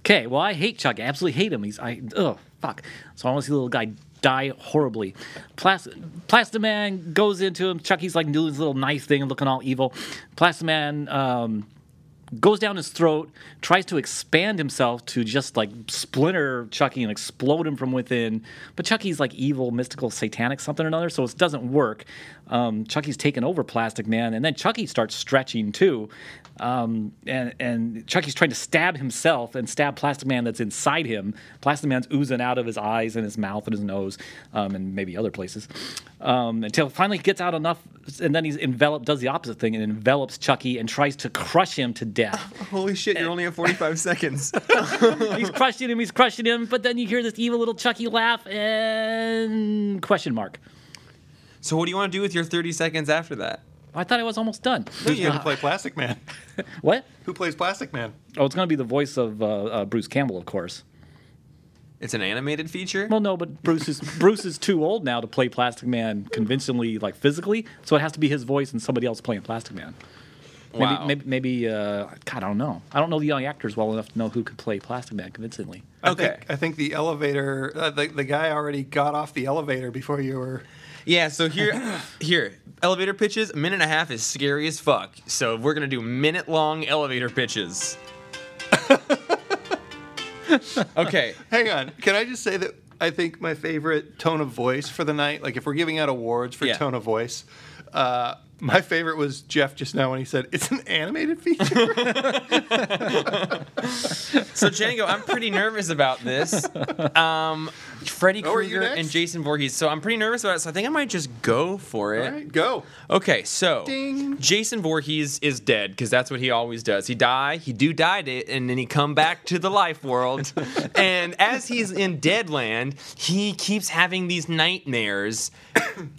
[SPEAKER 4] Okay, well, I hate Chuck. I absolutely hate him. He's I oh fuck. So I want to see the little guy die horribly. Plastic Plastiman goes into him. Chucky's like doing his little knife thing and looking all evil. Plastiman um, goes down his throat, tries to expand himself to just like splinter Chucky and explode him from within. But Chucky's like evil, mystical, satanic something or another, so it doesn't work. Um, Chucky's taken over Plastic Man, and then Chucky starts stretching too. Um, and, and Chucky's trying to stab himself and stab Plastic Man that's inside him. Plastic Man's oozing out of his eyes and his mouth and his nose um, and maybe other places um, until finally he gets out enough. And then he's enveloped, does the opposite thing, and envelops Chucky and tries to crush him to death.
[SPEAKER 1] Holy shit, you're only at 45 seconds.
[SPEAKER 4] he's crushing him, he's crushing him, but then you hear this evil little Chucky laugh and question mark.
[SPEAKER 1] So, what do you want to do with your 30 seconds after that?
[SPEAKER 4] I thought I was almost done.
[SPEAKER 2] Who's going to play Plastic Man?
[SPEAKER 4] What?
[SPEAKER 2] Who plays Plastic Man?
[SPEAKER 4] Oh, it's going to be the voice of uh, uh, Bruce Campbell, of course.
[SPEAKER 1] It's an animated feature?
[SPEAKER 4] Well, no, but Bruce is Bruce is too old now to play Plastic Man conventionally, like physically. So it has to be his voice and somebody else playing Plastic Man. Maybe,
[SPEAKER 1] Wow.
[SPEAKER 4] maybe, maybe uh, God, I don't know. I don't know the young actors well enough to know who could play Plastic Man convincingly.
[SPEAKER 2] I
[SPEAKER 1] Okay.
[SPEAKER 2] Think, I think the elevator, uh, the, the guy already got off the elevator before you were.
[SPEAKER 1] Yeah, so here, here, elevator pitches, a minute and a half is scary as fuck. So we're gonna do minute long elevator pitches. okay.
[SPEAKER 2] Hang on. Can I just say that I think my favorite tone of voice for the night, like if we're giving out awards for
[SPEAKER 1] Yeah.
[SPEAKER 2] tone of voice, uh, my favorite was Jeff just now when he said, it's an animated feature.
[SPEAKER 1] So Django, I'm pretty nervous about this. Um, Freddy
[SPEAKER 2] Oh, are you
[SPEAKER 1] Krueger and
[SPEAKER 2] next?
[SPEAKER 1] Jason Voorhees. So I'm pretty nervous about it. So I think I might just go for it.
[SPEAKER 2] All right, go.
[SPEAKER 1] Okay, so
[SPEAKER 2] Ding.
[SPEAKER 1] Jason Voorhees is dead because that's what he always does. He die, he do died it, and then he come back to the life world. and as he's in Deadland, he keeps having these nightmares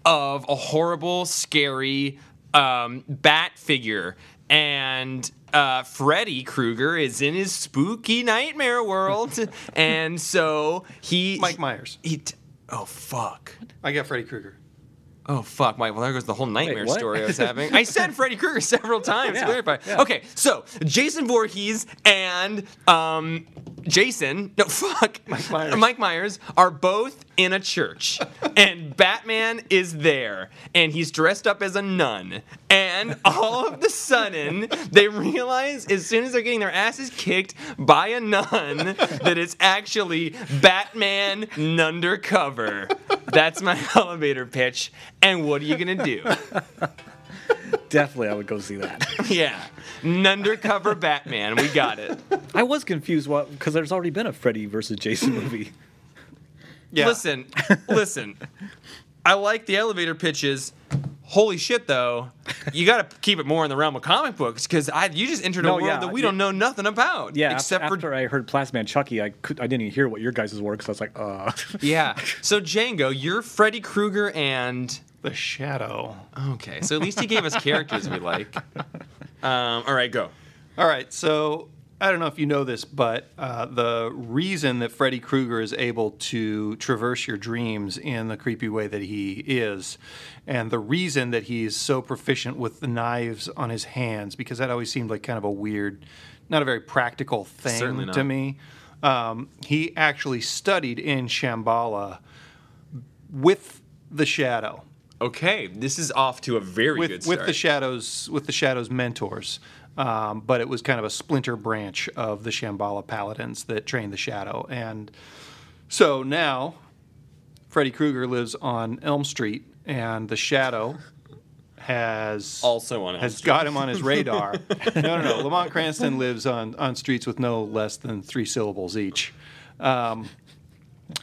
[SPEAKER 1] of a horrible, scary um, bat figure. And uh, Freddy Krueger is in his spooky nightmare world, and so he
[SPEAKER 2] Mike Myers.
[SPEAKER 1] He t- oh fuck.
[SPEAKER 2] I got Freddy Krueger.
[SPEAKER 1] Oh fuck! My, well, there goes the whole nightmare
[SPEAKER 4] what?
[SPEAKER 1] story I was having. I said Freddy Krueger several times. to clarify. Okay, so Jason Voorhees and um, Jason, no fuck, Mike
[SPEAKER 2] Myers.
[SPEAKER 1] Mike Myers are both in a church, and Batman is there, and he's dressed up as a nun. And all of the sudden, they realize as soon as they're getting their asses kicked by a nun that it's actually Batman undercover. That's my elevator pitch. And what are you gonna do?
[SPEAKER 4] Definitely, I would go see that.
[SPEAKER 1] Yeah, undercover Batman. We got it.
[SPEAKER 4] I was confused what because there's already been a Freddy versus Jason movie.
[SPEAKER 2] Yeah.
[SPEAKER 1] Listen, listen. I like the elevator pitches. Holy shit, though. You got to keep it more in the realm of comic books because you just entered a
[SPEAKER 4] No,
[SPEAKER 1] world
[SPEAKER 4] yeah,
[SPEAKER 1] that we
[SPEAKER 4] yeah.
[SPEAKER 1] don't know nothing about.
[SPEAKER 4] Yeah,
[SPEAKER 1] Except
[SPEAKER 4] after,
[SPEAKER 1] for.
[SPEAKER 4] I heard Plastic Man Chucky, I could I didn't even hear what your guys' were because I was like, uh.
[SPEAKER 1] yeah. So, Django, you're Freddy Krueger and.
[SPEAKER 2] The Shadow.
[SPEAKER 1] Okay, so at least he gave us characters we like. Um, all right, go.
[SPEAKER 2] All right, so I don't know if you know this, but uh, the reason that Freddy Krueger is able to traverse your dreams in the creepy way that he is, and the reason that he is so proficient with the knives on his hands, because that always seemed like kind of a weird, not a very practical thing
[SPEAKER 1] Certainly not.
[SPEAKER 2] to me. Um, he actually studied in Shambhala with the shadow
[SPEAKER 1] Okay, this is off to a very good
[SPEAKER 2] with
[SPEAKER 1] start.
[SPEAKER 2] with the shadows with the shadows mentors. Um, but it was kind of a splinter branch of the Shambhala Paladins that trained the Shadow, and so now Freddy Krueger lives on Elm Street, and the Shadow has
[SPEAKER 1] also on
[SPEAKER 2] has
[SPEAKER 1] Elm
[SPEAKER 2] got him on his radar. no, no, no. Lamont Cranston lives on on streets with no less than three syllables each. Um,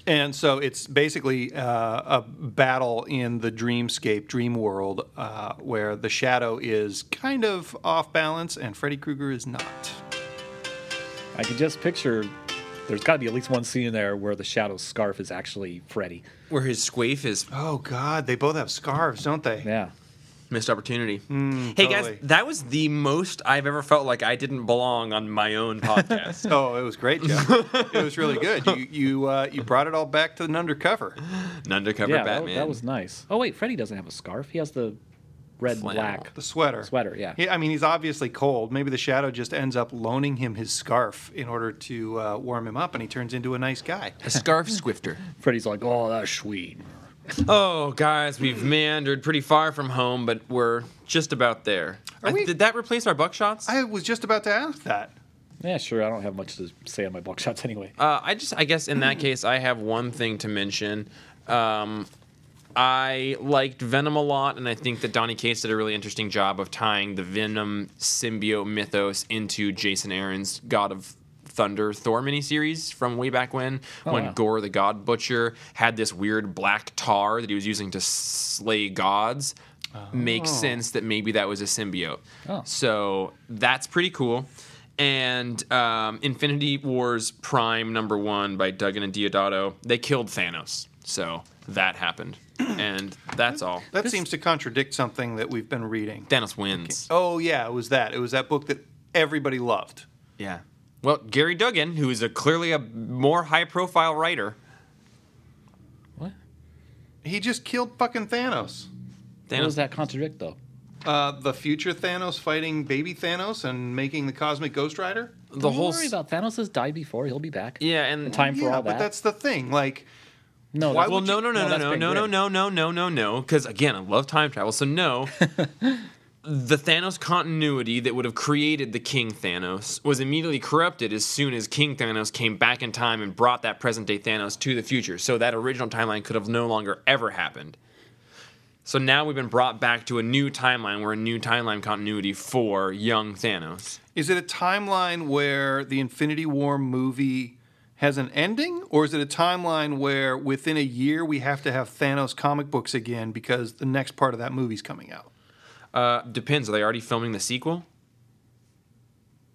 [SPEAKER 2] and so it's basically uh, a battle in the dreamscape, dream world, uh, where the shadow is kind of off balance and Freddy Krueger is not.
[SPEAKER 4] I can just picture there's got to be at least one scene in there where the shadow scarf is actually Freddy.
[SPEAKER 1] where his squafe is
[SPEAKER 2] Oh God, they both have scarves, don't they?
[SPEAKER 4] Yeah.
[SPEAKER 1] missed opportunity. hey
[SPEAKER 2] totally.
[SPEAKER 1] guys, that was the most I've ever felt like I didn't belong on my own podcast.
[SPEAKER 2] Oh, it was great, Jeff. it was really good. You you uh, you brought it all back to an undercover.
[SPEAKER 1] An undercover
[SPEAKER 4] Yeah, that,
[SPEAKER 1] Batman.
[SPEAKER 4] that was nice. Oh wait, Freddy doesn't have a scarf. He has the red
[SPEAKER 1] Flannel.
[SPEAKER 4] black.
[SPEAKER 2] The sweater.
[SPEAKER 4] Sweater, yeah.
[SPEAKER 2] He, I mean, he's obviously cold. Maybe the shadow just ends up loaning him his scarf in order to uh, warm him up, and he turns into a nice guy.
[SPEAKER 1] a scarf swifter.
[SPEAKER 4] Freddy's like, oh, that's sweet.
[SPEAKER 1] Oh, guys, we've meandered pretty far from home, but we're just about there.
[SPEAKER 2] Are
[SPEAKER 1] I-
[SPEAKER 2] we-
[SPEAKER 1] did that replace our buckshots?
[SPEAKER 2] I was just about to ask that.
[SPEAKER 4] Yeah, sure. I don't have much to say on my buckshots anyway.
[SPEAKER 1] Uh, I just, I guess, in that case, I have one thing to mention. Um, I liked Venom a lot, and I think that Donny Cates did a really interesting job of tying the Venom symbiote mythos into Jason Aaron's God of Thunder Thor miniseries from way back when, when
[SPEAKER 4] wow.
[SPEAKER 1] Gore the God Butcher had this weird black tar that he was using to slay gods. Makes sense that maybe that was a symbiote.
[SPEAKER 4] Oh.
[SPEAKER 1] So that's pretty cool. And um, Infinity Wars Prime number one by Duggan and Diodato, they killed Thanos. So that happened. And that's all.
[SPEAKER 2] That seems to contradict something that we've been reading.
[SPEAKER 1] Thanos wins.
[SPEAKER 2] Oh yeah, it was that. It was that book that everybody loved.
[SPEAKER 1] Yeah. Well, Gary Duggan, who is a clearly a more high profile writer,
[SPEAKER 4] What?
[SPEAKER 2] He just killed fucking Thanos.
[SPEAKER 4] What does
[SPEAKER 1] Thanos,
[SPEAKER 4] that contradict though?
[SPEAKER 2] Uh, the future Thanos fighting baby Thanos and making the cosmic Ghost Rider.
[SPEAKER 1] the
[SPEAKER 4] Don't
[SPEAKER 1] whole.
[SPEAKER 4] worry
[SPEAKER 1] s-
[SPEAKER 4] about Thanos has died before. He'll be back.
[SPEAKER 1] Yeah, and
[SPEAKER 4] Time for
[SPEAKER 2] yeah,
[SPEAKER 4] all
[SPEAKER 2] but
[SPEAKER 4] that.
[SPEAKER 2] that's the thing. Like,
[SPEAKER 4] no,
[SPEAKER 2] why
[SPEAKER 4] that's-
[SPEAKER 1] Well,
[SPEAKER 2] would
[SPEAKER 1] no,
[SPEAKER 2] you-
[SPEAKER 1] no, no,
[SPEAKER 4] no,
[SPEAKER 1] no,
[SPEAKER 4] that's
[SPEAKER 1] no,
[SPEAKER 4] been
[SPEAKER 1] no, no,
[SPEAKER 4] great.
[SPEAKER 1] no, no, no, no, no. Because again, I love time travel, so no. the Thanos continuity that would have created the King Thanos was immediately corrupted as soon as King Thanos came back in time and brought that present day Thanos to the future. So that original timeline could have no longer ever happened. So now we've been brought back to a new timeline where a new timeline continuity for young Thanos.
[SPEAKER 2] Is it a timeline where the Infinity War movie has an ending, or is it a timeline where within a year we have to have Thanos comic books again because the next part of that movie's coming out?
[SPEAKER 1] Uh, depends. Are they already filming the sequel?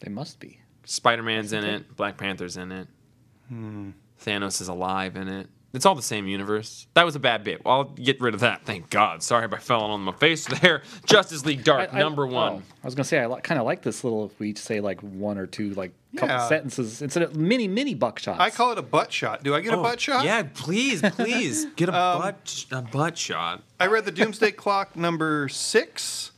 [SPEAKER 4] they must be.
[SPEAKER 1] Spider Man's in it. Black Panther's in it. Thanos is alive in it. It's all the same universe. That was a bad bit. I'll get rid of that. Thank God. Sorry if I fell on my face there. Justice League Dark,
[SPEAKER 4] I- I-
[SPEAKER 1] number
[SPEAKER 4] oh,
[SPEAKER 1] one.
[SPEAKER 4] I was gonna say I li- kind of like this little. If we each say like one or two, like couple
[SPEAKER 2] Yeah.
[SPEAKER 4] sentences instead of mini mini buckshots.
[SPEAKER 2] I call it a butt shot. Do I get a butt shot?
[SPEAKER 1] Oh, Yeah, please, please get a
[SPEAKER 4] Um,
[SPEAKER 1] butt a butt shot.
[SPEAKER 2] I read the Doomsday Clock number six.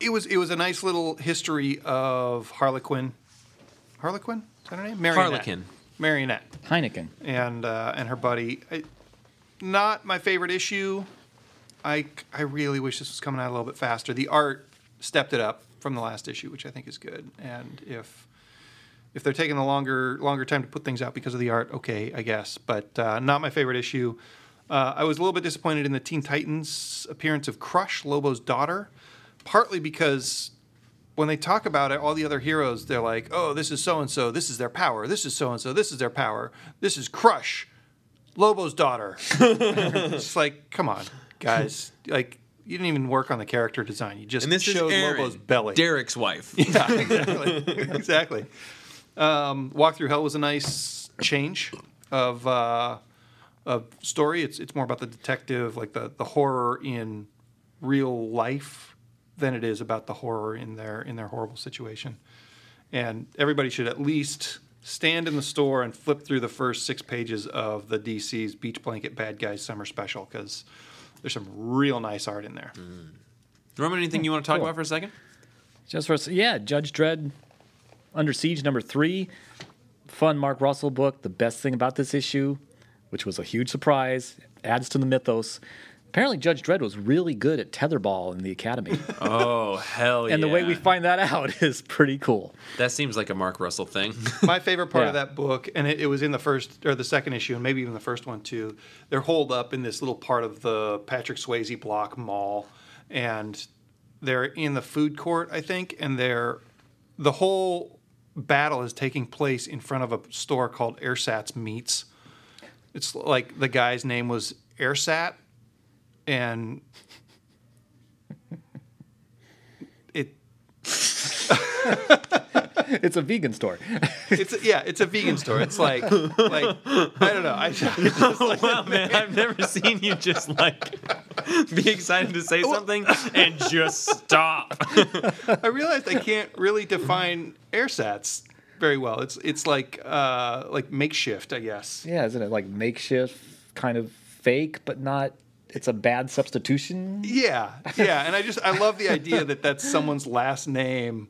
[SPEAKER 2] It was it was a nice little history of Harlequin. Harlequin is that her name? Marionette.
[SPEAKER 1] Harlequin.
[SPEAKER 2] Marionette.
[SPEAKER 4] Heineken.
[SPEAKER 2] and uh, and her buddy. I, not my favorite issue. I I really wish this was coming out a little bit faster. The art stepped it up from the last issue, which I think is good. And if if they're taking the longer longer time to put things out because of the art, okay, I guess. But uh, not my favorite issue. Uh, I was a little bit disappointed in the Teen Titans appearance of Crush, Lobo's daughter, partly because when they talk about it, all the other heroes, they're like, oh, this is so and so, this is their power, this is so and so, this is their power, this is Crush, Lobo's daughter. it's like, come on, guys. Like, you didn't even work on the character design. You just
[SPEAKER 1] And this
[SPEAKER 2] showed
[SPEAKER 1] is Aaron,
[SPEAKER 2] Lobo's belly.
[SPEAKER 1] Derek's wife.
[SPEAKER 2] Yeah, exactly. exactly. Um, Walk Through Hell was a nice change of uh, of story. It's it's more about the detective, like the, the horror in real life, than it is about the horror in their in their horrible situation. And everybody should at least stand in the store and flip through the first six pages of the DC's Beach Blanket Bad Guys Summer Special because there's some real nice art in there.
[SPEAKER 1] Roman, anything you want to talk about for a second?
[SPEAKER 4] Just for yeah, Judge Dredd, Under Siege number three, fun Mark Russell book. The best thing about this issue, which was a huge surprise, adds to the mythos, Apparently, Judge Dredd was really good at tetherball in the academy,
[SPEAKER 1] Oh hell yeah!
[SPEAKER 4] and the way we find that out is pretty cool.
[SPEAKER 1] that seems like a Mark Russell thing.
[SPEAKER 2] My favorite part of
[SPEAKER 4] Yeah.
[SPEAKER 2] that book, and it, it was in the first or the second issue, and maybe even the first one too. They're holed up in this little part of the Patrick Swayze block mall, and they're in the food court, I think, and they're the whole battle is taking place in front of a store called Airsat's Meats. It's like the guy's name was Airsat, and it
[SPEAKER 4] It's a vegan store.
[SPEAKER 2] it's yeah, it's a vegan store. It's like like I don't know. I just,
[SPEAKER 1] Oh, wow, man, I've never seen you just like be excited to say something and just stop.
[SPEAKER 2] I realized I can't really define airsats very well. It's it's like uh like makeshift, I guess.
[SPEAKER 4] yeah, isn't it like makeshift, kind of fake, but not? It's a bad substitution.
[SPEAKER 2] Yeah. Yeah, and I just I love the idea that that's someone's last name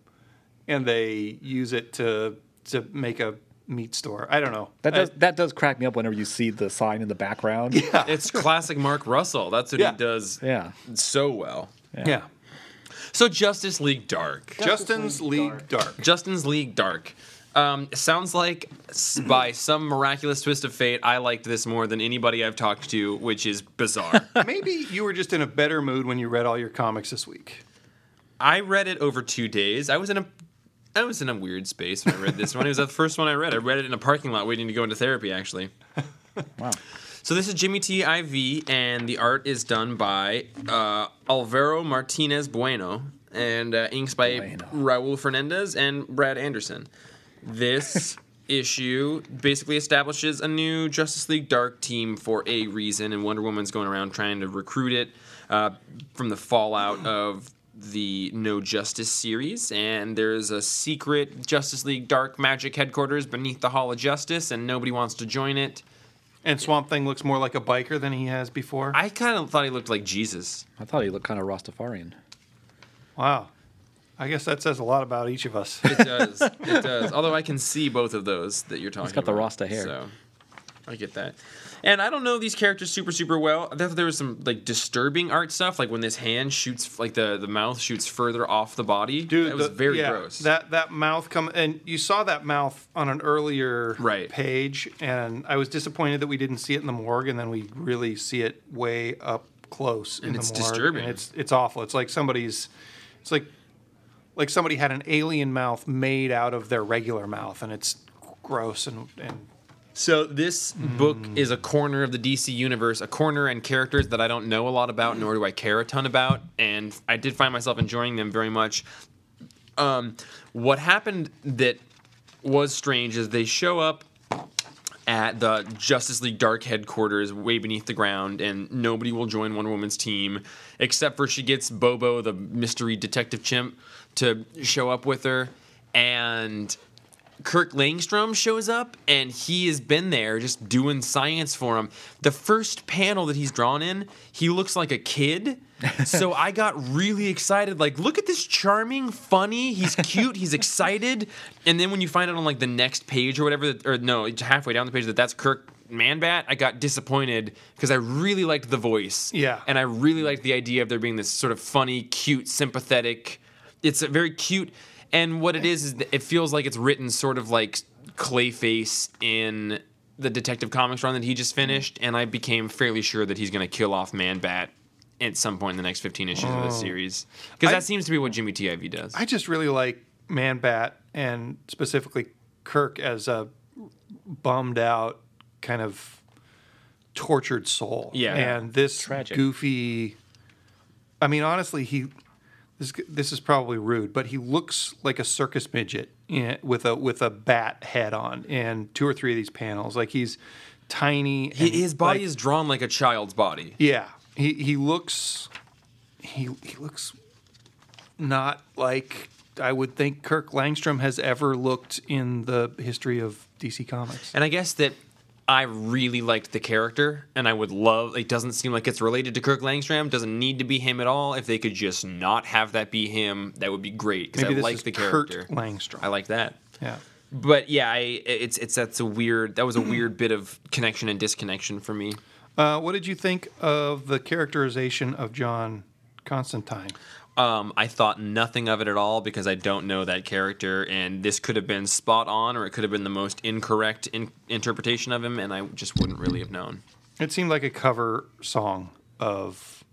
[SPEAKER 2] and they use it to to make a meat store. I don't know.
[SPEAKER 4] That
[SPEAKER 2] I-
[SPEAKER 4] does that does crack me up whenever you see the sign in the background.
[SPEAKER 1] It's classic Mark Russell. That's what
[SPEAKER 2] Yeah.
[SPEAKER 1] he does
[SPEAKER 4] Yeah.
[SPEAKER 1] so well.
[SPEAKER 2] yeah.
[SPEAKER 1] So Justice League Dark.
[SPEAKER 2] Justin's League Dark.
[SPEAKER 1] Justin's League Dark. Um, it sounds like s- by some miraculous twist of fate, I liked this more than anybody I've talked to, which is bizarre.
[SPEAKER 2] Maybe you were just in a better mood when you read all your comics this week.
[SPEAKER 1] I read it over two days. I was in a I was in a weird space when I read this one. It was the first one I read. I read it in a parking lot waiting to go into therapy, actually.
[SPEAKER 4] Wow.
[SPEAKER 1] So this is Jimmy T I V, and the art is done by uh, Alvaro Martinez Bueno, and uh, inks by
[SPEAKER 4] Bueno.
[SPEAKER 1] Raul Fernandez and Brad Anderson. This issue basically establishes a new Justice League Dark team for a reason, and Wonder Woman's going around trying to recruit it uh, from the fallout of the No Justice series. And there's a secret Justice League Dark magic headquarters beneath the Hall of Justice, and nobody wants to join it.
[SPEAKER 2] And Swamp Thing looks more like a biker than he has before.
[SPEAKER 1] I kind of thought he looked like Jesus.
[SPEAKER 4] I thought he looked kind of Rastafarian.
[SPEAKER 2] Wow. I guess that says a lot about each of us.
[SPEAKER 1] It does. it does. Although I can see both of those that you're talking about.
[SPEAKER 4] got the Rasta hair.
[SPEAKER 1] So I get that. And I don't know these characters super, super well. I thought there was some like disturbing art stuff, like when this hand shoots, like the, the mouth shoots further off the body. that was
[SPEAKER 2] the-
[SPEAKER 1] very
[SPEAKER 2] yeah,
[SPEAKER 1] gross.
[SPEAKER 2] That that mouth come and you saw that mouth on an earlier
[SPEAKER 1] Right.
[SPEAKER 2] page, and I was disappointed that we didn't see it in the morgue, and then we really see it way up close. in
[SPEAKER 1] And
[SPEAKER 2] the
[SPEAKER 1] it's
[SPEAKER 2] morgue, and
[SPEAKER 1] disturbing.
[SPEAKER 2] it's it's awful. It's like somebody's, it's like like somebody had an alien mouth made out of their regular mouth, and it's gross and and
[SPEAKER 1] So this book is a corner of the DC universe, a corner and characters that I don't know a lot about, nor do I care a ton about, and I did find myself enjoying them very much. Um, what happened that was strange is they show up at the Justice League Dark headquarters, way beneath the ground, and nobody will join Wonder Woman's team except for she gets Bobo, the mystery detective chimp, to show up with her, and Kirk Langstrom shows up and he has been there just doing science for him. The first panel that he's drawn in, he looks like a kid. so I got really excited. Like, look at this charming, funny. He's cute. he's excited. And then when you find out on like the next page or whatever, that, or no, it's halfway down the page that that's Kirk Manbat, I got disappointed because I really liked the voice.
[SPEAKER 2] Yeah.
[SPEAKER 1] And I really liked the idea of there being this sort of funny, cute, sympathetic. It's a very cute, and what it is is that it feels like it's written sort of like Clayface in the Detective Comics run that he just finished, and I became fairly sure that he's going to kill off Man Bat at some point in the next 15 issues of the series because that seems to be what Jimmy TIV does.
[SPEAKER 2] I just really like Man Bat and specifically Kirk as a bummed out kind of tortured soul.
[SPEAKER 1] Yeah.
[SPEAKER 2] And this
[SPEAKER 4] Tragic.
[SPEAKER 2] goofy I mean honestly he this this is probably rude, but he looks like a circus midget in, with a with a bat head on in two or three of these panels. Like he's tiny
[SPEAKER 1] Hi-
[SPEAKER 2] and,
[SPEAKER 1] His body
[SPEAKER 2] like,
[SPEAKER 1] is drawn like a child's body.
[SPEAKER 2] yeah, he he looks he he looks not like I would think Kirk Langstrom has ever looked in the history of DC Comics.
[SPEAKER 1] And I guess that I really liked the character, and I would love. It doesn't seem like it's related to Kirk Langstrom. Doesn't need to be him at all. If they could just not have that be him, that would be great. Because I
[SPEAKER 2] Maybe this
[SPEAKER 1] like
[SPEAKER 2] is
[SPEAKER 1] the
[SPEAKER 2] Kurt
[SPEAKER 1] character.
[SPEAKER 2] Langstrom.
[SPEAKER 1] I like that.
[SPEAKER 2] Yeah.
[SPEAKER 1] But yeah, I, it's it's that's a weird. That was a weird bit of connection and disconnection for me.
[SPEAKER 2] Uh, what did you think of the characterization of John Constantine?
[SPEAKER 1] Um, I thought nothing of it at all because I don't know that character, and this could have been spot on, or it could have been the most incorrect in- interpretation of him, and I just wouldn't really have known.
[SPEAKER 2] It seemed like a cover song of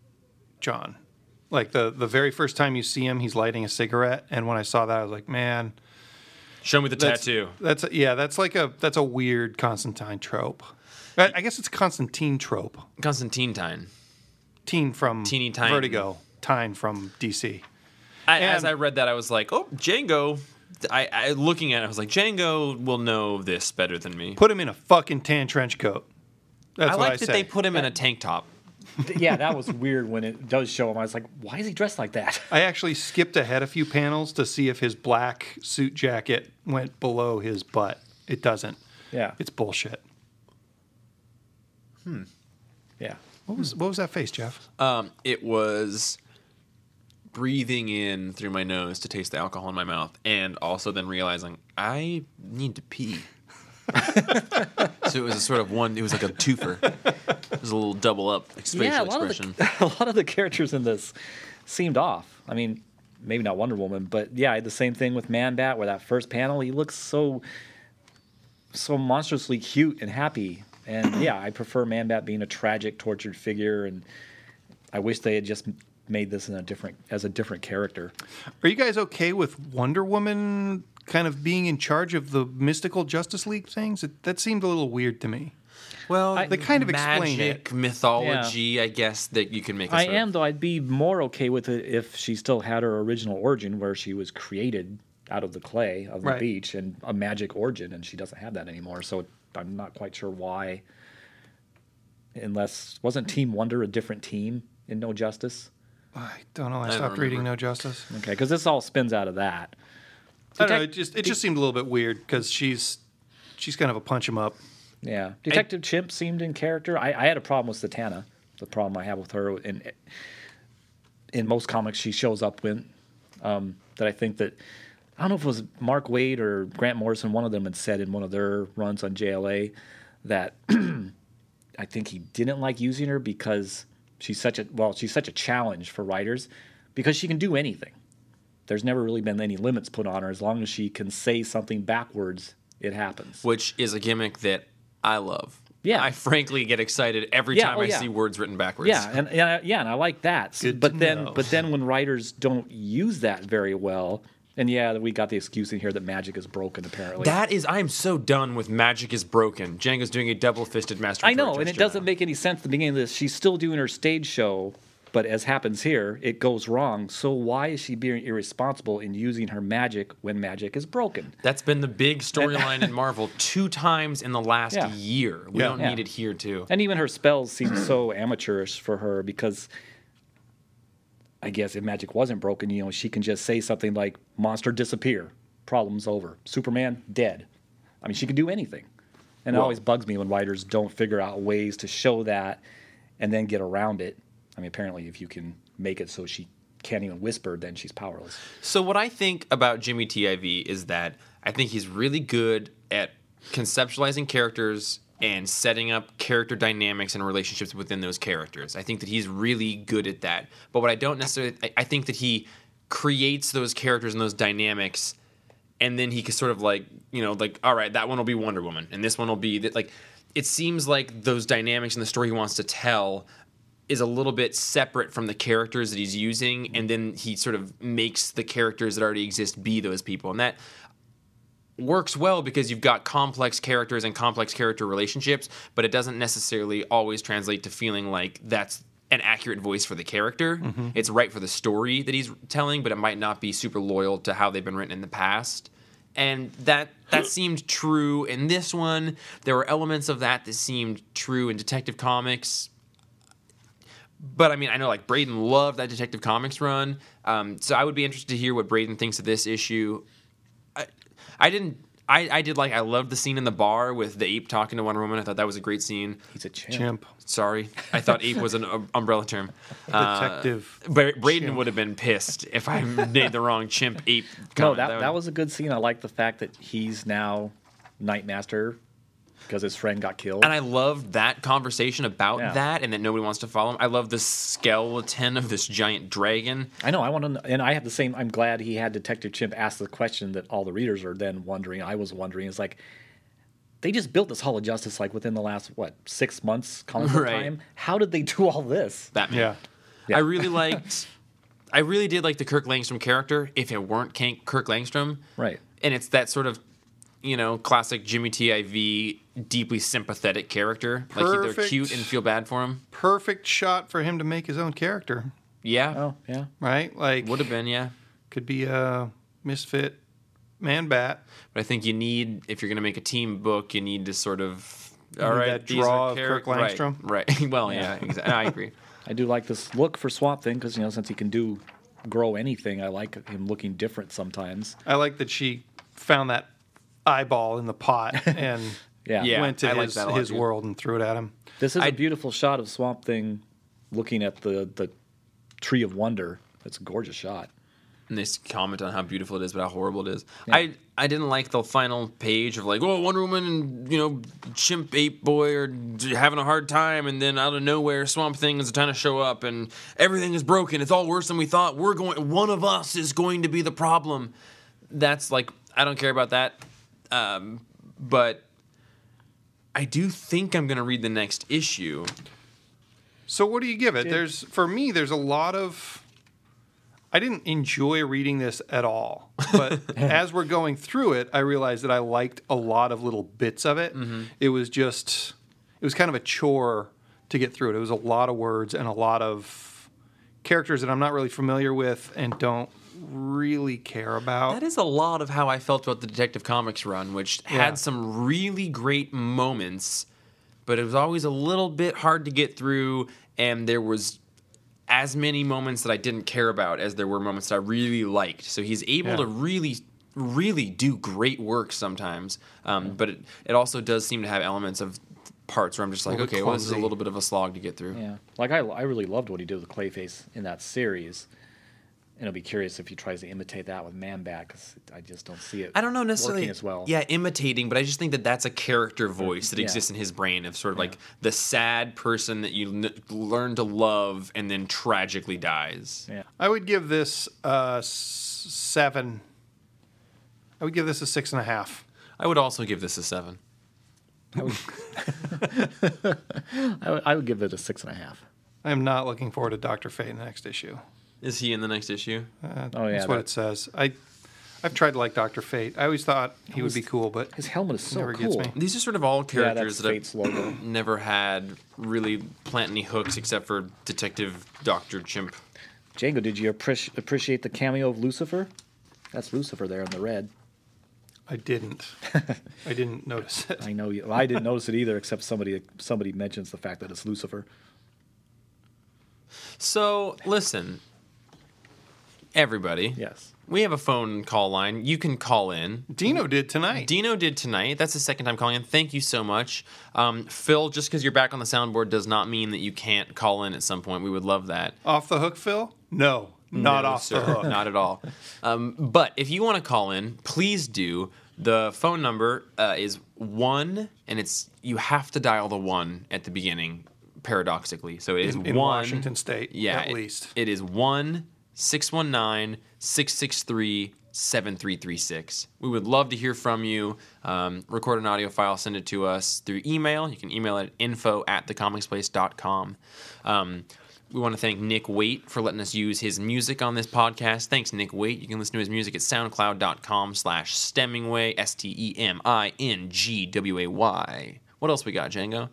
[SPEAKER 2] John. Like the the very first time you see him, he's lighting a cigarette, and when I saw that, I was like, man,
[SPEAKER 1] Show me the
[SPEAKER 2] that's,
[SPEAKER 1] tattoo.
[SPEAKER 2] That's yeah, that's like a that's a weird Constantine trope. I, I guess it's a Constantine trope.
[SPEAKER 1] Constantine Time.
[SPEAKER 2] Teen from
[SPEAKER 1] Teeny Titan.
[SPEAKER 2] Vertigo. Tyne from DC.
[SPEAKER 1] I, as
[SPEAKER 2] And-
[SPEAKER 1] I read that, I was like, "Oh, Django." I, I looking at it, I was like, "Django will know this better than me."
[SPEAKER 2] Put him in a fucking tan trench coat. That's
[SPEAKER 1] I
[SPEAKER 2] what
[SPEAKER 1] like
[SPEAKER 2] I
[SPEAKER 1] that
[SPEAKER 2] say.
[SPEAKER 1] they put him in a tank top.
[SPEAKER 4] yeah, that was weird when it does show him. I was like, why is he dressed like that?
[SPEAKER 2] I actually skipped ahead a few panels to see if his black suit jacket went below his butt. It doesn't.
[SPEAKER 4] Yeah.
[SPEAKER 2] It's bullshit.
[SPEAKER 4] Yeah.
[SPEAKER 2] What was what was that face, Jeff?
[SPEAKER 1] Um, it was breathing in through my nose to taste the alcohol in my mouth, and also then realizing I need to pee. so it was a sort of one. It was like a twofer. It was a little double up like, facial
[SPEAKER 4] yeah, a lot,
[SPEAKER 1] expression.
[SPEAKER 4] of the, a lot of the characters in this seemed off. I mean, maybe not Wonder Woman, but yeah, I had the same thing with Man Bat, where that first panel, he looks so so monstrously cute and happy. And yeah, I prefer Man Bat being a tragic, tortured figure, and I wish they had just made this in a different as a different character.
[SPEAKER 2] Are you guys okay with Wonder Woman kind of being in charge of the mystical Justice League things? It, that seemed a little weird to me.
[SPEAKER 1] well,
[SPEAKER 2] they kind of explain
[SPEAKER 1] magic
[SPEAKER 2] it.
[SPEAKER 1] mythology, I guess that you can make. I
[SPEAKER 4] I am though. I'd be more okay with it if she still had her original origin, where she was created out of the clay of the
[SPEAKER 2] Right.
[SPEAKER 4] beach and a magic origin, and she doesn't have that anymore. So I'm not quite sure why. Unless wasn't Team Wonder a different team in No Justice?
[SPEAKER 2] I don't know. I,
[SPEAKER 1] don't
[SPEAKER 2] stopped reading
[SPEAKER 1] remember.
[SPEAKER 2] No Justice.
[SPEAKER 4] Okay, because this all spins out of that.
[SPEAKER 2] I don't know. It just it just seemed a little bit weird because she's she's kind of a punch him up.
[SPEAKER 4] Yeah, Detective Chimp seemed in character. I, I had a problem with Satana. The problem I have with her in in most comics she shows up when um, that I think that I don't know if it was Mark Wade or Grant Morrison. One of them had said in one of their runs on JLA that I think he didn't like using her because she's such a well she's such a challenge for writers because she can do anything. There's never really been any limits put on her as long as she can say something backwards. It happens.
[SPEAKER 1] which is a gimmick that I love.
[SPEAKER 4] Yeah.
[SPEAKER 1] I frankly get excited every
[SPEAKER 4] Yeah,
[SPEAKER 1] time
[SPEAKER 4] oh,
[SPEAKER 1] I
[SPEAKER 4] yeah.
[SPEAKER 1] see words written backwards.
[SPEAKER 4] Yeah, and, and I, yeah, and I like that. S-
[SPEAKER 2] Good to
[SPEAKER 4] but then,
[SPEAKER 2] know.
[SPEAKER 4] but then when writers don't use that very well, and yeah, we got the excuse in here that magic is broken. Apparently,
[SPEAKER 1] That is, I am so done with magic is broken. Django's doing a double-fisted master.
[SPEAKER 4] I know, and it doesn't make any sense. At the beginning of this, she's still doing her stage show, but as happens here, it goes wrong. So why is she being irresponsible in using her magic when magic is broken?
[SPEAKER 1] That's been the big storyline in Marvel two times in the last
[SPEAKER 4] Yeah.
[SPEAKER 1] year. We
[SPEAKER 2] Yeah.
[SPEAKER 1] don't
[SPEAKER 4] Yeah.
[SPEAKER 1] need it here too.
[SPEAKER 4] And even her spells seem so amateurish for her because I guess if magic wasn't broken, you know, she can just say something like monster disappear, problems over, Superman dead. I mean, she can do anything. And it always bugs me when writers don't figure out ways to show that and then get around it. I mean, apparently if you can make it so she can't even whisper, then she's powerless.
[SPEAKER 1] So what I think about Jimmy TIV is that I think he's really good at conceptualizing characters and setting up character dynamics and relationships within those characters. I think that he's really good at that. But what I don't necessarily I, I think that he creates those characters and those dynamics and then he can sort of like, you know, like all right, that one will be Wonder Woman and this one will be that like it seems like those dynamics and the story he wants to tell is a little bit separate from the characters that he's using, and then he sort of makes the characters that already exist be those people, and that works well because you've got complex characters and complex character relationships, but it doesn't necessarily always translate to feeling like that's an accurate voice for the character. It's right for the story that he's telling, but it might not be super loyal to how they've been written in the past. And that that seemed true in this one. There were elements of that that seemed true in Detective Comics. But I mean, I know like Braden loved that Detective Comics run, um, so I would be interested to hear what Braden thinks of this issue. I didn't. I, I did like I loved the scene in the bar with the ape talking to Wonder Woman. I thought that was a great scene.
[SPEAKER 4] He's a chimp.
[SPEAKER 2] Chimp.
[SPEAKER 1] Sorry, I thought ape was an um, umbrella term. Uh,
[SPEAKER 2] Detective.
[SPEAKER 1] Bra- Braden
[SPEAKER 2] Chimp.
[SPEAKER 1] would have been pissed if I made the wrong chimp ape.
[SPEAKER 4] No,
[SPEAKER 1] comment.
[SPEAKER 4] that, that
[SPEAKER 1] would-
[SPEAKER 4] was a good scene. I like the fact that he's now Night Master because his friend got killed.
[SPEAKER 1] And I loved that conversation about
[SPEAKER 4] Yeah.
[SPEAKER 1] that and that nobody wants to follow him. I love the skeleton of this giant dragon.
[SPEAKER 4] I know. I want to, and I have the same. I'm glad he had Detective Chimp ask the question that all the readers are then wondering. I was wondering. It's like they just built this Hall of Justice like within the last what six months comic book
[SPEAKER 1] Right.
[SPEAKER 4] time. How did they do all this?
[SPEAKER 1] Batman.
[SPEAKER 2] Yeah.
[SPEAKER 1] I really liked. I really did like the Kirk Langstrom character. If it weren't Kank- Kirk Langstrom,
[SPEAKER 4] Right.
[SPEAKER 1] and it's that sort of, you know, classic Jimmy Tiv deeply sympathetic character. Like they're
[SPEAKER 2] Perfect.
[SPEAKER 1] cute and feel bad for him.
[SPEAKER 2] Perfect shot for him to make his own character,
[SPEAKER 1] Yeah,
[SPEAKER 4] Oh yeah.
[SPEAKER 2] right? Like
[SPEAKER 1] would have been yeah.
[SPEAKER 2] could be a misfit man bat.
[SPEAKER 1] But I think you need if you're going to make a team book, you need to sort of all
[SPEAKER 2] need
[SPEAKER 1] right
[SPEAKER 2] that
[SPEAKER 1] these are
[SPEAKER 2] draw of Kirk
[SPEAKER 1] right,
[SPEAKER 2] Langstrom.
[SPEAKER 1] Right. well, yeah. exactly. I agree.
[SPEAKER 4] I do like this look for Swamp Thing because you know since he can do grow anything, I like him looking different sometimes.
[SPEAKER 2] I like that she found that eyeball in the pot and
[SPEAKER 4] Yeah.
[SPEAKER 1] Yeah.
[SPEAKER 2] went to
[SPEAKER 1] I like
[SPEAKER 2] his,
[SPEAKER 1] that a lot,
[SPEAKER 2] his
[SPEAKER 1] too.
[SPEAKER 2] world and threw it at him.
[SPEAKER 4] This is a
[SPEAKER 1] I-
[SPEAKER 4] beautiful shot of Swamp Thing looking at the the Tree of Wonder. That's a gorgeous shot.
[SPEAKER 1] and they s- comment on how beautiful it is, but how horrible it is. I I didn't like the final page of like, oh, Wonder Woman and you know, chimp ape boy are d- having a hard time, and then out of nowhere, Swamp Thing is trying to show up, and everything is broken. It's all worse than we thought. We're going. One of us is going to be the problem. That's like I don't care about that, um, but I do think I'm gonna read the next issue.
[SPEAKER 2] So what do you give it? There's for me, there's a lot of. I didn't enjoy reading this at all, but as we're going through it, I realized that I liked a lot of little bits of it.
[SPEAKER 1] Mm-hmm.
[SPEAKER 2] It was just, it was kind of a chore to get through it. It was a lot of words and a lot of characters that I'm not really familiar with and don't really care about.
[SPEAKER 1] That is a lot of how I felt about the Detective Comics run, which
[SPEAKER 2] Yeah.
[SPEAKER 1] had some really great moments, but it was always a little bit hard to get through, and there was as many moments that I didn't care about as there were moments that I really liked. So he's able
[SPEAKER 2] Yeah.
[SPEAKER 1] to really, really do great work sometimes, um, but it, it also does seem to have elements of parts where I'm just like,
[SPEAKER 2] little
[SPEAKER 1] okay, well, this is a
[SPEAKER 2] clumsy.
[SPEAKER 1] little bit of a slog to get through.
[SPEAKER 4] Yeah. Like I, I really loved what he did with Clayface in that series. And I'll be curious if he tries to imitate that with Man Bat because I just don't see it.
[SPEAKER 1] I don't know necessarily
[SPEAKER 4] working as well. Mm,
[SPEAKER 1] Yeah, imitating, but I just think that that's a character voice that
[SPEAKER 4] Yeah.
[SPEAKER 1] exists in his brain of sort of like the sad person that you n- learn to love and then tragically dies.
[SPEAKER 4] Yeah.
[SPEAKER 2] I would give this uh, s- seven. I would give this a six and a half.
[SPEAKER 1] I would also give this a seven.
[SPEAKER 4] I would- I would give it a six and a half.
[SPEAKER 2] I am not looking forward to Doctor Fate in the next issue.
[SPEAKER 1] Is he in the next issue?
[SPEAKER 4] Oh yeah.
[SPEAKER 2] That's what
[SPEAKER 4] that-
[SPEAKER 2] it says. I, I've tried to like Doctor Fate. I always thought he would be cool, but
[SPEAKER 4] his helmet is so
[SPEAKER 2] Never gets
[SPEAKER 4] cool.
[SPEAKER 2] me.
[SPEAKER 1] These are sort of all
[SPEAKER 4] Yeah,
[SPEAKER 1] characters
[SPEAKER 4] that's
[SPEAKER 1] that
[SPEAKER 4] Fate's
[SPEAKER 1] I've
[SPEAKER 4] logo.
[SPEAKER 1] never had really plant any hooks except for Detective Doctor Chimp.
[SPEAKER 4] Django, did you appreci- appreciate the cameo of Lucifer? That's Lucifer there in the red.
[SPEAKER 2] I didn't. I didn't notice it.
[SPEAKER 4] I know you. well, I didn't notice it either, except somebody somebody mentions the fact that it's Lucifer.
[SPEAKER 1] So listen, everybody.
[SPEAKER 4] Yes.
[SPEAKER 1] We have a phone call line. You can call in.
[SPEAKER 2] Dino did tonight.
[SPEAKER 1] Dino did tonight. That's the second time calling in. Thank you so much. Um, Phil, just because you're back on the soundboard does not mean that you can't call in at some point. We would love that.
[SPEAKER 2] off the hook, Phil? No, not
[SPEAKER 1] No,
[SPEAKER 2] off
[SPEAKER 1] sir.
[SPEAKER 2] the hook.
[SPEAKER 1] Not at all. Um, but if you want to call in, please do. The phone number uh, is one, and it's you have to dial the one at the beginning, paradoxically. So it is
[SPEAKER 2] in
[SPEAKER 1] one.
[SPEAKER 2] Washington State,
[SPEAKER 1] yeah,
[SPEAKER 2] at
[SPEAKER 1] it-
[SPEAKER 2] least.
[SPEAKER 1] it is one six one nine six six three. 7336. We would love to hear from you. Um, record an audio file, send it to us through email. You can email it at info at thecomicsplace.com. Um, we want to thank Nick Waite for letting us use his music on this podcast. Thanks, Nick Waite. You can listen to his music at soundcloud.com slash stemmingway, E S-T-E-M-I-N-G-W-A-Y. What else we got, Django?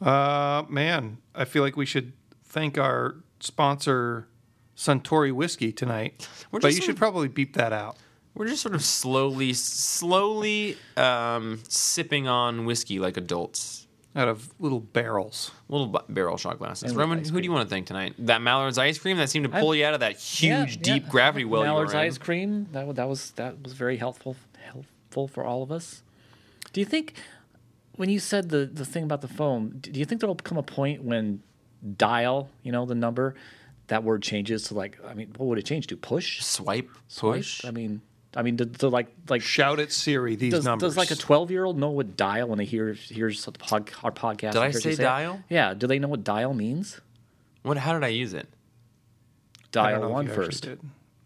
[SPEAKER 2] Uh, man, I feel like we should thank our sponsor, Suntory Whiskey, tonight.
[SPEAKER 1] We're
[SPEAKER 2] But
[SPEAKER 1] just
[SPEAKER 2] you
[SPEAKER 1] sort
[SPEAKER 2] should
[SPEAKER 1] of-
[SPEAKER 2] probably beep that out.
[SPEAKER 1] We're just sort of slowly, slowly um, sipping on whiskey like adults.
[SPEAKER 2] Out of little barrels.
[SPEAKER 1] Little bu- barrel shot glasses. Roman, who do you want to thank tonight? That Mallard's ice cream that seemed to pull you out of that
[SPEAKER 4] Yeah,
[SPEAKER 1] huge,
[SPEAKER 4] yeah.
[SPEAKER 1] deep gravity well
[SPEAKER 4] Mallard's
[SPEAKER 1] you were in.
[SPEAKER 4] ice cream. That, wa- that was that was very helpful helpful for all of us. Do you think when you said the the thing about the phone, d- do you think there'll come a point when dial, you know, the number, that word changes to like I mean, what would it change to? Push?
[SPEAKER 1] Swipe,
[SPEAKER 4] Swipe?
[SPEAKER 1] push.
[SPEAKER 4] I mean, I mean, did, did like like
[SPEAKER 2] Shout at Siri these
[SPEAKER 4] does,
[SPEAKER 2] numbers.
[SPEAKER 4] does like a twelve year old know what dial when they hear hears the pod, our podcast?
[SPEAKER 1] Did I
[SPEAKER 4] and hears you
[SPEAKER 1] say
[SPEAKER 4] it?
[SPEAKER 1] dial?
[SPEAKER 4] Yeah. Do they know what dial means?
[SPEAKER 1] What? How did I use it?
[SPEAKER 2] I don't know
[SPEAKER 4] Dial
[SPEAKER 2] if
[SPEAKER 4] one
[SPEAKER 2] you actually
[SPEAKER 4] first.
[SPEAKER 2] Did.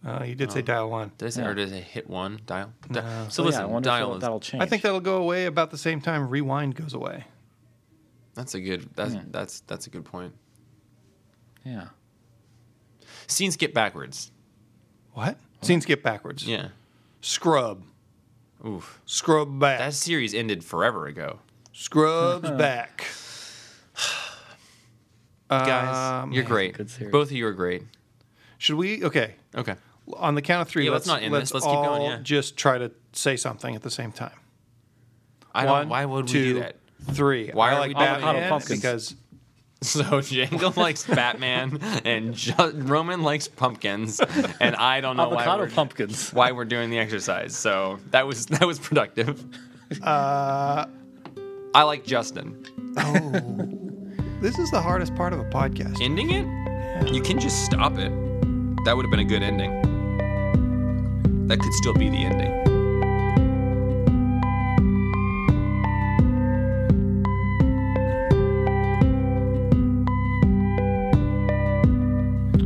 [SPEAKER 2] Uh, you
[SPEAKER 1] Oh.
[SPEAKER 2] did say dial one.
[SPEAKER 1] Did I say,
[SPEAKER 4] Yeah.
[SPEAKER 1] or did I hit one dial? Di- So
[SPEAKER 4] Well, yeah,
[SPEAKER 1] listen,
[SPEAKER 4] I wonder if
[SPEAKER 1] dial
[SPEAKER 4] that'll-
[SPEAKER 1] is
[SPEAKER 4] that'll change.
[SPEAKER 2] I think that'll go away about the same time rewind goes away.
[SPEAKER 1] that's a good that's that's that's a good point.
[SPEAKER 4] yeah.
[SPEAKER 1] Scene skip backwards.
[SPEAKER 2] What? Scene skip backwards.
[SPEAKER 1] Yeah.
[SPEAKER 2] Scrub.
[SPEAKER 1] Oof.
[SPEAKER 2] Scrub back.
[SPEAKER 1] That series ended forever ago.
[SPEAKER 2] Scrubs back.
[SPEAKER 1] Guys,
[SPEAKER 2] Um,
[SPEAKER 1] you're great.
[SPEAKER 4] Uh, good series.
[SPEAKER 1] Both of you are great.
[SPEAKER 2] Should we? Okay.
[SPEAKER 1] Okay.
[SPEAKER 2] On the count of three,
[SPEAKER 1] Yeah, let's
[SPEAKER 2] let's,
[SPEAKER 1] not end this. Let's keep
[SPEAKER 2] all
[SPEAKER 1] going, yeah.
[SPEAKER 2] just try to say something at the same time.
[SPEAKER 1] I don't.
[SPEAKER 2] One,
[SPEAKER 1] why would we
[SPEAKER 2] two,
[SPEAKER 1] do that?
[SPEAKER 2] Three.
[SPEAKER 1] Why
[SPEAKER 2] I
[SPEAKER 1] are
[SPEAKER 2] like
[SPEAKER 1] we doing
[SPEAKER 2] Batman
[SPEAKER 4] Avocado pumpkins?
[SPEAKER 2] because
[SPEAKER 1] So Jangle likes Batman, and Ju- Roman likes pumpkins, and I don't know why
[SPEAKER 4] Avocado
[SPEAKER 1] we're,
[SPEAKER 4] pumpkins.
[SPEAKER 1] why we're doing the exercise. So that was that was productive. I like Justin.
[SPEAKER 2] this is the hardest part of a podcast.
[SPEAKER 1] Ending it, you can just stop it. That would have been a good ending. That could still be the ending.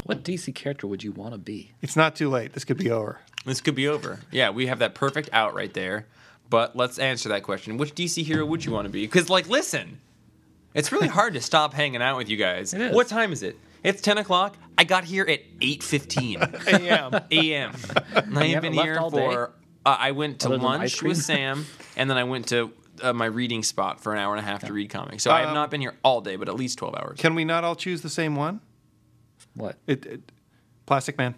[SPEAKER 4] What DC character would you want to be?
[SPEAKER 2] It's not too late. This could be over.
[SPEAKER 1] This could be over. Yeah, we have that perfect out right there. But let's answer that question. Which DC hero would you want to be? Because, like, listen, it's really hard to stop hanging out with you guys.
[SPEAKER 4] It is.
[SPEAKER 1] What time is it? It's 10 o'clock. I got here at 8.15
[SPEAKER 2] AM.
[SPEAKER 1] a.m. And I have
[SPEAKER 4] haven't
[SPEAKER 1] been
[SPEAKER 4] left
[SPEAKER 1] here
[SPEAKER 4] all day?
[SPEAKER 1] for... Uh, I went to
[SPEAKER 4] Other than ice
[SPEAKER 1] lunch
[SPEAKER 4] cream?
[SPEAKER 1] with Sam, and then I went to uh, my reading spot for an hour and a half to read comics. So I have
[SPEAKER 2] Um,
[SPEAKER 1] not been here all day, but at least 12 hours.
[SPEAKER 2] Can we not all choose the same one?
[SPEAKER 4] What?
[SPEAKER 2] It, it, Plastic Man.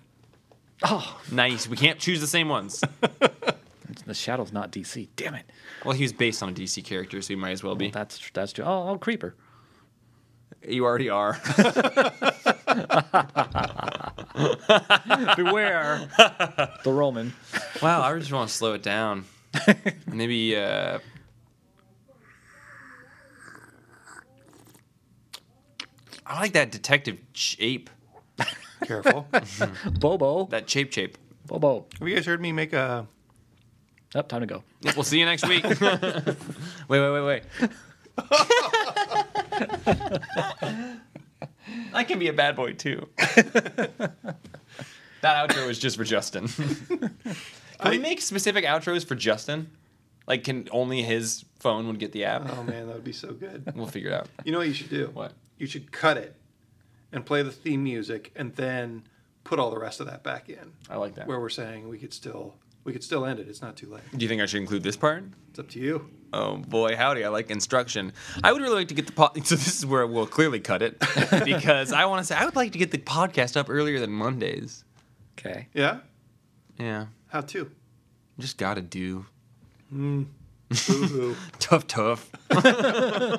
[SPEAKER 1] Nice. We can't choose the same ones.
[SPEAKER 4] The Shadow's not DC. Damn it.
[SPEAKER 1] Well, he was based on a DC character, so he might as well be.
[SPEAKER 4] That's that's true. Oh, oh Creeper.
[SPEAKER 1] You already are.
[SPEAKER 4] Beware. the Roman.
[SPEAKER 1] Wow, I just want to slow it down. Maybe uh, I like that detective shape.
[SPEAKER 2] Careful. Have
[SPEAKER 4] Bobo.
[SPEAKER 1] That shape shape.
[SPEAKER 4] Bobo.
[SPEAKER 2] you guys heard me make a
[SPEAKER 4] Up, time to go.
[SPEAKER 1] Yep, We'll see you next week. wait, wait, wait, wait. I can be a bad boy too. that outro was just for Justin. can we make specific outros for Justin? Like, can only his phone would get the app?
[SPEAKER 2] Oh man, that would be so good.
[SPEAKER 1] We'll figure it out.
[SPEAKER 2] You know what you should do?
[SPEAKER 1] What?
[SPEAKER 2] You should cut it and play the theme music and then put all the rest of that back in.
[SPEAKER 1] I like that.
[SPEAKER 2] Where we're saying we could still we could still end it. It's not too late.
[SPEAKER 1] Do you think I should include this part?
[SPEAKER 2] It's up to you.
[SPEAKER 1] Oh boy, howdy! I like instruction. I would really like to get the pod. So this is where we'll clearly cut it because I want to say I would like to get the podcast up earlier than Mondays.
[SPEAKER 4] Okay.
[SPEAKER 2] Yeah?
[SPEAKER 1] Yeah,
[SPEAKER 2] How to?
[SPEAKER 1] just gotta do
[SPEAKER 2] Boo hoo.
[SPEAKER 1] tough, tough.